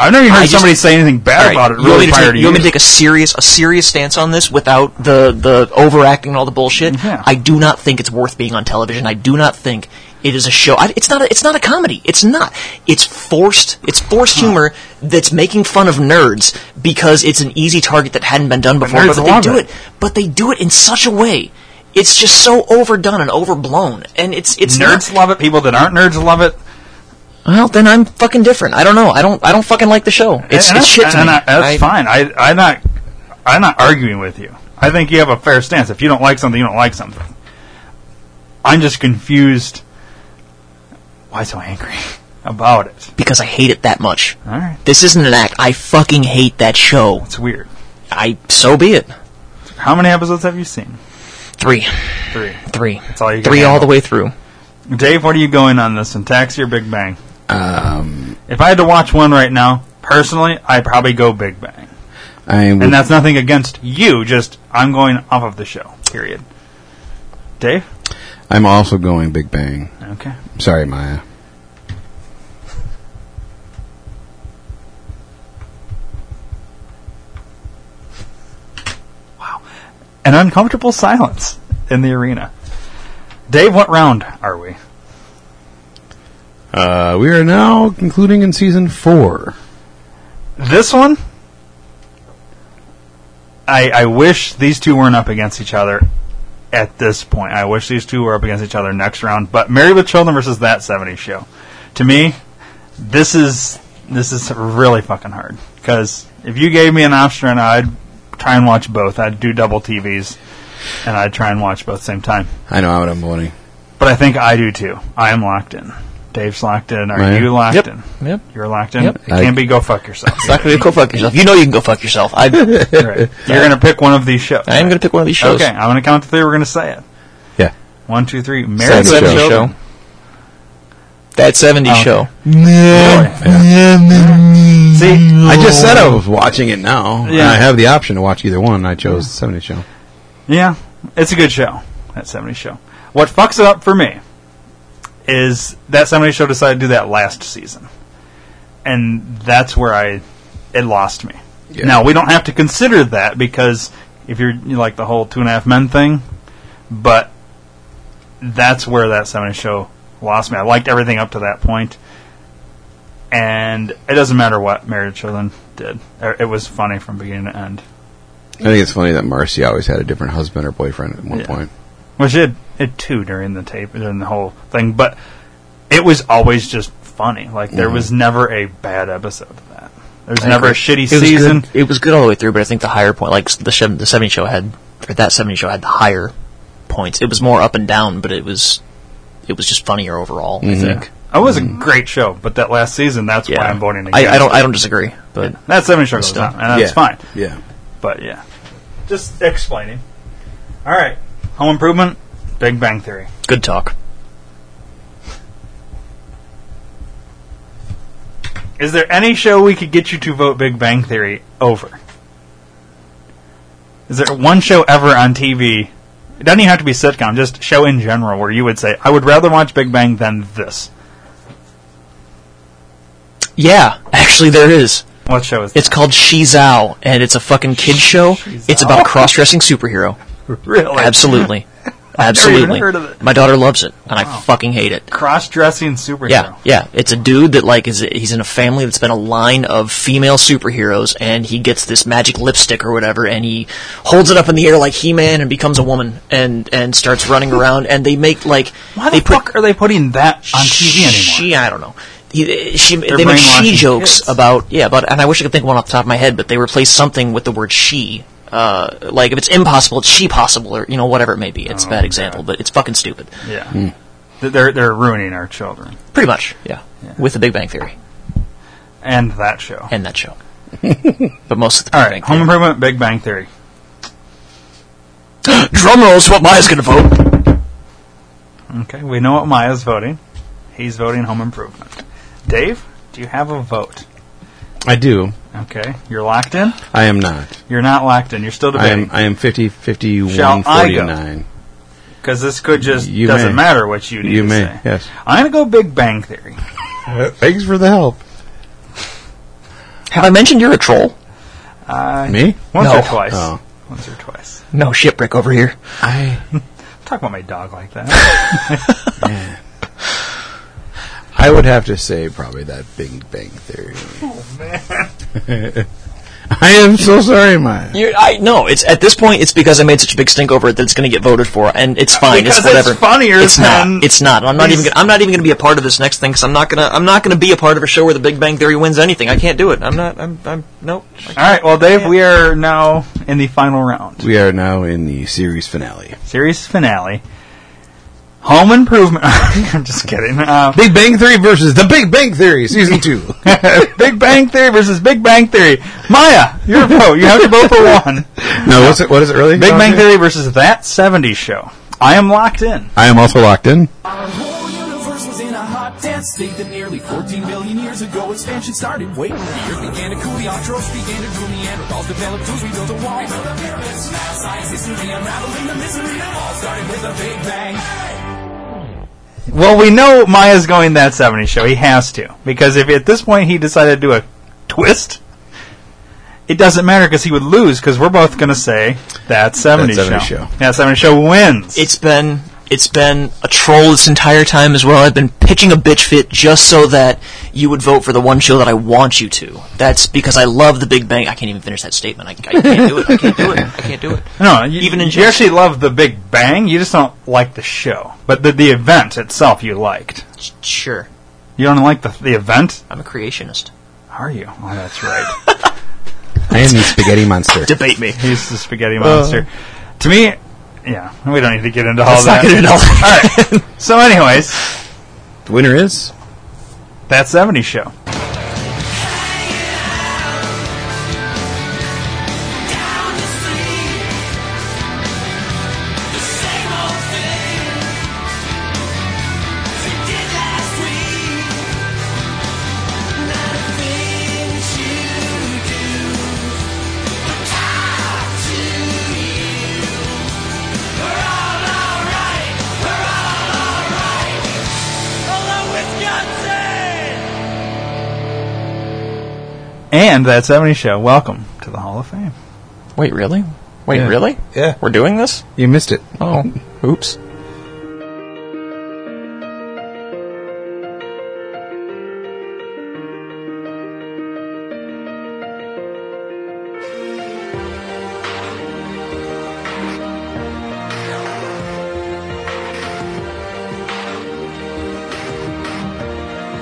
[SPEAKER 2] I've never even
[SPEAKER 4] I
[SPEAKER 2] heard
[SPEAKER 4] just-
[SPEAKER 2] somebody say anything bad
[SPEAKER 4] All right,
[SPEAKER 2] about it.
[SPEAKER 4] you want
[SPEAKER 2] Really,
[SPEAKER 4] me to
[SPEAKER 2] prior
[SPEAKER 4] take,
[SPEAKER 2] to
[SPEAKER 4] you want me to
[SPEAKER 2] you.
[SPEAKER 4] take a serious a serious stance on this without the the overacting and all the bullshit?
[SPEAKER 2] Yeah.
[SPEAKER 4] I do not think it's worth being on television. I do not think it is a show. I, it's not. A, it's not a comedy. It's not. It's forced. It's forced humor that's making fun of nerds because it's an easy target that hadn't been done before.
[SPEAKER 2] nerds
[SPEAKER 4] But they
[SPEAKER 2] love
[SPEAKER 4] do
[SPEAKER 2] it.
[SPEAKER 4] it. But they do it in such a way. It's just so overdone and overblown, and it's it's not-
[SPEAKER 2] Nerds love it. People that aren't nerds love it.
[SPEAKER 4] well, then I'm fucking different. I don't know. I don't. I don't fucking like the show. It's,
[SPEAKER 2] And
[SPEAKER 4] it's
[SPEAKER 2] that's-
[SPEAKER 4] shit to
[SPEAKER 2] and
[SPEAKER 4] me.
[SPEAKER 2] I- that's
[SPEAKER 4] I-
[SPEAKER 2] fine. I, I'm not. I'm not arguing with you. I think you have a fair stance. If you don't like something, you don't like something. I'm just confused. Why so angry *laughs* about it?
[SPEAKER 4] because I hate it that much.
[SPEAKER 2] All right,
[SPEAKER 4] This isn't an act. I fucking hate that show.
[SPEAKER 2] it's weird.
[SPEAKER 4] I so be it.
[SPEAKER 2] How many episodes have you seen?
[SPEAKER 4] Three,
[SPEAKER 2] Three.
[SPEAKER 4] three,
[SPEAKER 2] That's all you. Can
[SPEAKER 4] three, all the
[SPEAKER 2] handle.
[SPEAKER 4] way through.
[SPEAKER 2] Dave, what are you going on this? one? Taxi or Big Bang?
[SPEAKER 3] Um,
[SPEAKER 2] If I had to watch one right now, personally, I'd probably go Big Bang.
[SPEAKER 3] I
[SPEAKER 2] And
[SPEAKER 3] would,
[SPEAKER 2] that's nothing against you. Just I'm going off of the show. Period. Dave.
[SPEAKER 3] I'm also going Big Bang.
[SPEAKER 2] Okay.
[SPEAKER 3] Sorry, Maya.
[SPEAKER 2] an uncomfortable silence in the arena. Dave, what round are we?
[SPEAKER 3] Uh, we are now concluding in season four.
[SPEAKER 2] This one, I, I wish these two weren't up against each other at this point. I wish these two were up against each other next round. But Married with Children versus That 70s Show. To me, this is this is really fucking hard because if you gave me an option, I'd try and watch both. I'd do double TVs and I'd try and watch both at the same time.
[SPEAKER 3] I know what I'm voting.
[SPEAKER 2] But I think I do too. I am locked in. Dave's locked in. Are
[SPEAKER 3] Right.
[SPEAKER 2] you locked
[SPEAKER 4] Yep.
[SPEAKER 2] in?
[SPEAKER 4] Yep.
[SPEAKER 2] You're locked in.
[SPEAKER 4] Yep.
[SPEAKER 2] It
[SPEAKER 3] I-
[SPEAKER 2] can't be go fuck yourself.
[SPEAKER 4] *laughs* Not gonna go fuck yourself. You know you can go fuck yourself. I,
[SPEAKER 2] *laughs*
[SPEAKER 4] I
[SPEAKER 2] Right. You're gonna pick one of these shows.
[SPEAKER 4] am gonna pick one of these shows.
[SPEAKER 2] Okay, I'm gonna count to three. We're gonna say it.
[SPEAKER 3] Yeah.
[SPEAKER 2] One, two, three.
[SPEAKER 4] That
[SPEAKER 2] Married with
[SPEAKER 3] Seventy
[SPEAKER 4] 70s show.
[SPEAKER 2] Children.
[SPEAKER 4] That 70s
[SPEAKER 2] Oh.
[SPEAKER 4] show.
[SPEAKER 2] See,
[SPEAKER 3] I just said I was watching it now. and
[SPEAKER 2] Oh. Yeah.
[SPEAKER 3] I have the option to watch either one. I chose the 70 show.
[SPEAKER 2] Yeah, it's a good show. That 70s show. What fucks it up for me is that 70s show decided to do that last season. And that's where I it lost me.
[SPEAKER 3] Yeah.
[SPEAKER 2] Now we don't have to consider that because if you're you like the whole two and a half men thing, but that's where that 70s show lost me. I liked everything up to that point, and it doesn't matter what Married to Children did. Er, It was funny from beginning to end.
[SPEAKER 3] I think it's funny that Marcy always had a different husband or boyfriend at one
[SPEAKER 2] Yeah.
[SPEAKER 3] point.
[SPEAKER 2] Which it it too during the tape during the whole thing, but it was always just funny. Like there was never a bad episode of that. There was never a shitty
[SPEAKER 4] Mm-hmm. It was
[SPEAKER 2] season.
[SPEAKER 4] Good. It was good all the way through, but I think the higher point, like the sev- the 70s show had, or that 70s show had the higher points. It was more up and down, but it was, it was just funnier overall. I think.
[SPEAKER 2] Oh, It was a great show, but that last season, that's why I'm voting against.
[SPEAKER 4] Mm-hmm. I, I don't. I don't disagree, but
[SPEAKER 2] That seventy show goes
[SPEAKER 4] Still.
[SPEAKER 2] down, and that's
[SPEAKER 3] Yeah.
[SPEAKER 2] fine.
[SPEAKER 3] Yeah.
[SPEAKER 2] But yeah, just explaining. All right, Home Improvement, Big Bang Theory.
[SPEAKER 4] good talk.
[SPEAKER 2] Is there any show we could get you to vote Big Bang Theory over? Is there one show ever on TV It doesn't even have to be sitcom, just show in general where you would say, I would rather watch Big Bang than this.
[SPEAKER 4] Yeah, actually, there is.
[SPEAKER 2] What show is
[SPEAKER 4] It's
[SPEAKER 2] that?
[SPEAKER 4] called She's Out, and it's a fucking kid show. It's about a cross-dressing
[SPEAKER 2] *laughs*
[SPEAKER 4] superhero.
[SPEAKER 2] *laughs* really *laughs*
[SPEAKER 4] Absolutely,
[SPEAKER 2] never even
[SPEAKER 4] absolutely.
[SPEAKER 2] heard of it.
[SPEAKER 4] My daughter loves it, and I fucking hate it.
[SPEAKER 2] cross dressing superhero.
[SPEAKER 4] Yeah, yeah. It's a dude that like is he's in a family that's been a line of female superheroes, and he gets this magic lipstick or whatever, and he holds it up in the air like He Man and becomes a woman, and and starts running around, and they make like
[SPEAKER 2] Why the
[SPEAKER 4] they put
[SPEAKER 2] fuck are they putting that on TV anymore?
[SPEAKER 4] She, I don't know. He- She, they make she
[SPEAKER 2] brainwashing
[SPEAKER 4] jokes
[SPEAKER 2] kids.
[SPEAKER 4] about yeah, about and I wish I could think of one off the top of my head, but they replace something with the word she. Uh, like if it's impossible, it's she possible, or you know whatever it may be. It's a bad example, but it's fucking stupid.
[SPEAKER 2] Yeah.
[SPEAKER 4] Hmm.
[SPEAKER 2] Th- They're, they're ruining our children.
[SPEAKER 4] Pretty much, yeah. With the Big Bang Theory
[SPEAKER 2] And that show.
[SPEAKER 4] and that *laughs* show, but most of the
[SPEAKER 2] All
[SPEAKER 4] Big
[SPEAKER 2] right, Home
[SPEAKER 4] Bang
[SPEAKER 2] Improvement, Big Bang Theory.
[SPEAKER 4] Theory. drum rolls for what Maya's gonna vote.
[SPEAKER 2] Okay, we know what Maya's voting. He's voting Home Improvement. Dave, do you have a vote?
[SPEAKER 3] I do.
[SPEAKER 2] Okay, you're locked in.
[SPEAKER 3] I am not.
[SPEAKER 2] You're not locked in. You're still
[SPEAKER 3] I am.
[SPEAKER 2] debating
[SPEAKER 3] I am 50, 51,
[SPEAKER 2] Shall I go?
[SPEAKER 3] 49.
[SPEAKER 2] because this could just
[SPEAKER 3] You
[SPEAKER 2] doesn't
[SPEAKER 3] may.
[SPEAKER 2] matter what you need
[SPEAKER 3] You
[SPEAKER 2] to
[SPEAKER 3] may,
[SPEAKER 2] say.
[SPEAKER 3] yes.
[SPEAKER 2] I'm gonna go Big Bang Theory.
[SPEAKER 3] Uh, Thanks for the help.
[SPEAKER 4] Have I mentioned you're a troll?
[SPEAKER 2] Uh,
[SPEAKER 3] Me?
[SPEAKER 2] Once
[SPEAKER 4] No.
[SPEAKER 2] or twice.
[SPEAKER 3] Oh.
[SPEAKER 2] Once or twice.
[SPEAKER 4] No shipwreck over here.
[SPEAKER 3] I
[SPEAKER 2] Talk about my dog like that. *laughs*
[SPEAKER 3] I would have to say probably that Big Bang Theory.
[SPEAKER 2] Oh,
[SPEAKER 3] *laughs* I am so sorry, Maya.
[SPEAKER 4] You, I no. It's at this point. It's because I made such a big stink over it that it's going to get voted for, and it's fine.
[SPEAKER 2] Because
[SPEAKER 4] it's whatever.
[SPEAKER 2] it's funnier
[SPEAKER 4] It's
[SPEAKER 2] than-
[SPEAKER 4] not. It's not. I'm not even.
[SPEAKER 2] Please.
[SPEAKER 4] Gonna, I'm not even going to be a part of this next thing because I'm not gonna. I'm not going to be a part of a show where the Big Bang Theory wins anything. I can't do it. I'm not. I'm. I'm. Nope.
[SPEAKER 2] All right, well, Dave, we are now in the final round,
[SPEAKER 3] We are now in the series finale.
[SPEAKER 2] series finale. Home Improvement. *laughs* I'm just kidding. Uh,
[SPEAKER 3] Big Bang Theory versus The Big Bang Theory, season two.
[SPEAKER 2] Big Bang Theory versus Big Bang Theory. Maya, your vote. You have to vote for
[SPEAKER 3] *laughs*
[SPEAKER 2] one.
[SPEAKER 3] no, what's it? What is it really?
[SPEAKER 2] Big Bang
[SPEAKER 3] Jonathan?
[SPEAKER 2] Theory versus that '70s show. I am locked in.
[SPEAKER 3] I am also locked in.
[SPEAKER 8] Our whole universe was in a hot, dense state that nearly 14 million years ago expansion started. Wait, the Earth began to cool, the autotrophs began to drool, Neanderthals developed tools, we built a wall. We built the pyramids, math, science, history, unraveling the misery that all started with a big bang.
[SPEAKER 2] Well, we know Maya's going that '70s show. He has to because if at this point he decided to do a twist, it doesn't matter because he would lose because we're both going to say that '70s, show.
[SPEAKER 3] 70s show.
[SPEAKER 2] That '70s show wins.
[SPEAKER 4] It's been. It's been a troll this entire time as well. I've been pitching a bitch fit just so that you would vote for the one show that I want you to. That's because I love the Big Bang. I can't even finish that statement. I, I can't do it. I can't do it. I can't do it.
[SPEAKER 2] no, you,
[SPEAKER 4] even
[SPEAKER 2] even
[SPEAKER 4] in
[SPEAKER 2] you
[SPEAKER 4] jest.
[SPEAKER 2] actually love the Big Bang. You just don't like the show, but the, the event itself you liked.
[SPEAKER 4] Sure,
[SPEAKER 2] You don't like the the event,
[SPEAKER 4] I'm a creationist.
[SPEAKER 2] are you? Oh, that's
[SPEAKER 4] *laughs*
[SPEAKER 2] right.
[SPEAKER 3] I am the spaghetti monster.
[SPEAKER 4] Debate me.
[SPEAKER 2] He's the spaghetti monster. to me, yeah, we don't need to get into all
[SPEAKER 4] Uh. Let's
[SPEAKER 2] that.
[SPEAKER 4] not get into all that.
[SPEAKER 2] all right. So, anyways,
[SPEAKER 3] The winner is
[SPEAKER 2] that '70s show. And that '70s show. Welcome to the Hall of Fame.
[SPEAKER 4] Wait, really? Wait,
[SPEAKER 3] Yeah.
[SPEAKER 4] really?
[SPEAKER 3] Yeah.
[SPEAKER 4] We're doing this?
[SPEAKER 3] you missed it.
[SPEAKER 4] Oh, oops.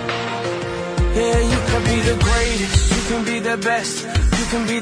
[SPEAKER 8] Yeah, you can be the greatest, you can be the best, you can be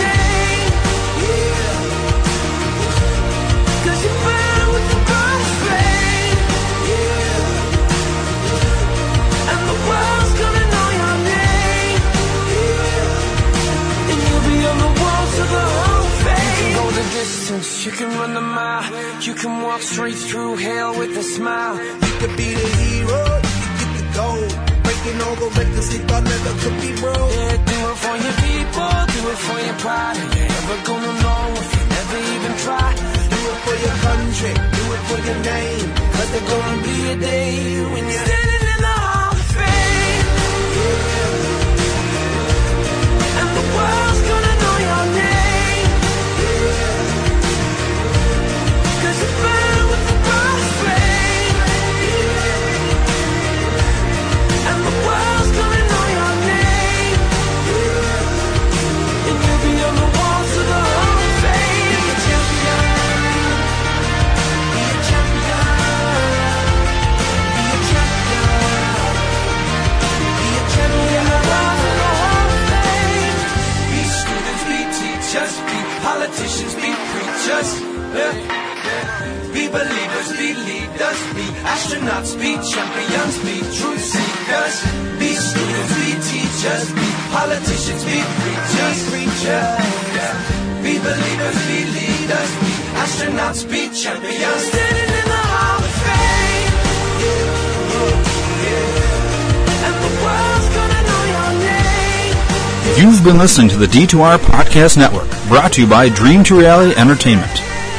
[SPEAKER 8] name. Yeah. 'Cause you burn with the burn of flame. Yeah. You can run the mile. You can walk straight through hell with a smile. You could be the hero. You get the gold. Breaking all the records they thought never could be broke. Yeah, do it for your people. Do it for your pride. And You're never gonna know if you never even try. Do it for your country. Do it for your name. Cause there's gonna be a day when you're standing in the hall of fame. Yeah. And the world's gonna know your name. Cause you burn with the world's flame. And the world's gonna know your name. And you'll be on the walls of the Hall of Fame. Be a champion. Be a champion. Be a champion. Be a champion of all of the Hall of Fame. Be students, be teachers, be politicians, be preachers. Yeah. Be believers, be leaders, be astronauts, be champions, be truth seekers, be students, be teachers, be politicians, be preachers, preachers. Be believers, be leaders, be astronauts, be champions. Standing in the hall of fame. And the world's gonna know your name.
[SPEAKER 1] You've been listening to the D2R Podcast Network, brought to you by Dream to Reality Entertainment.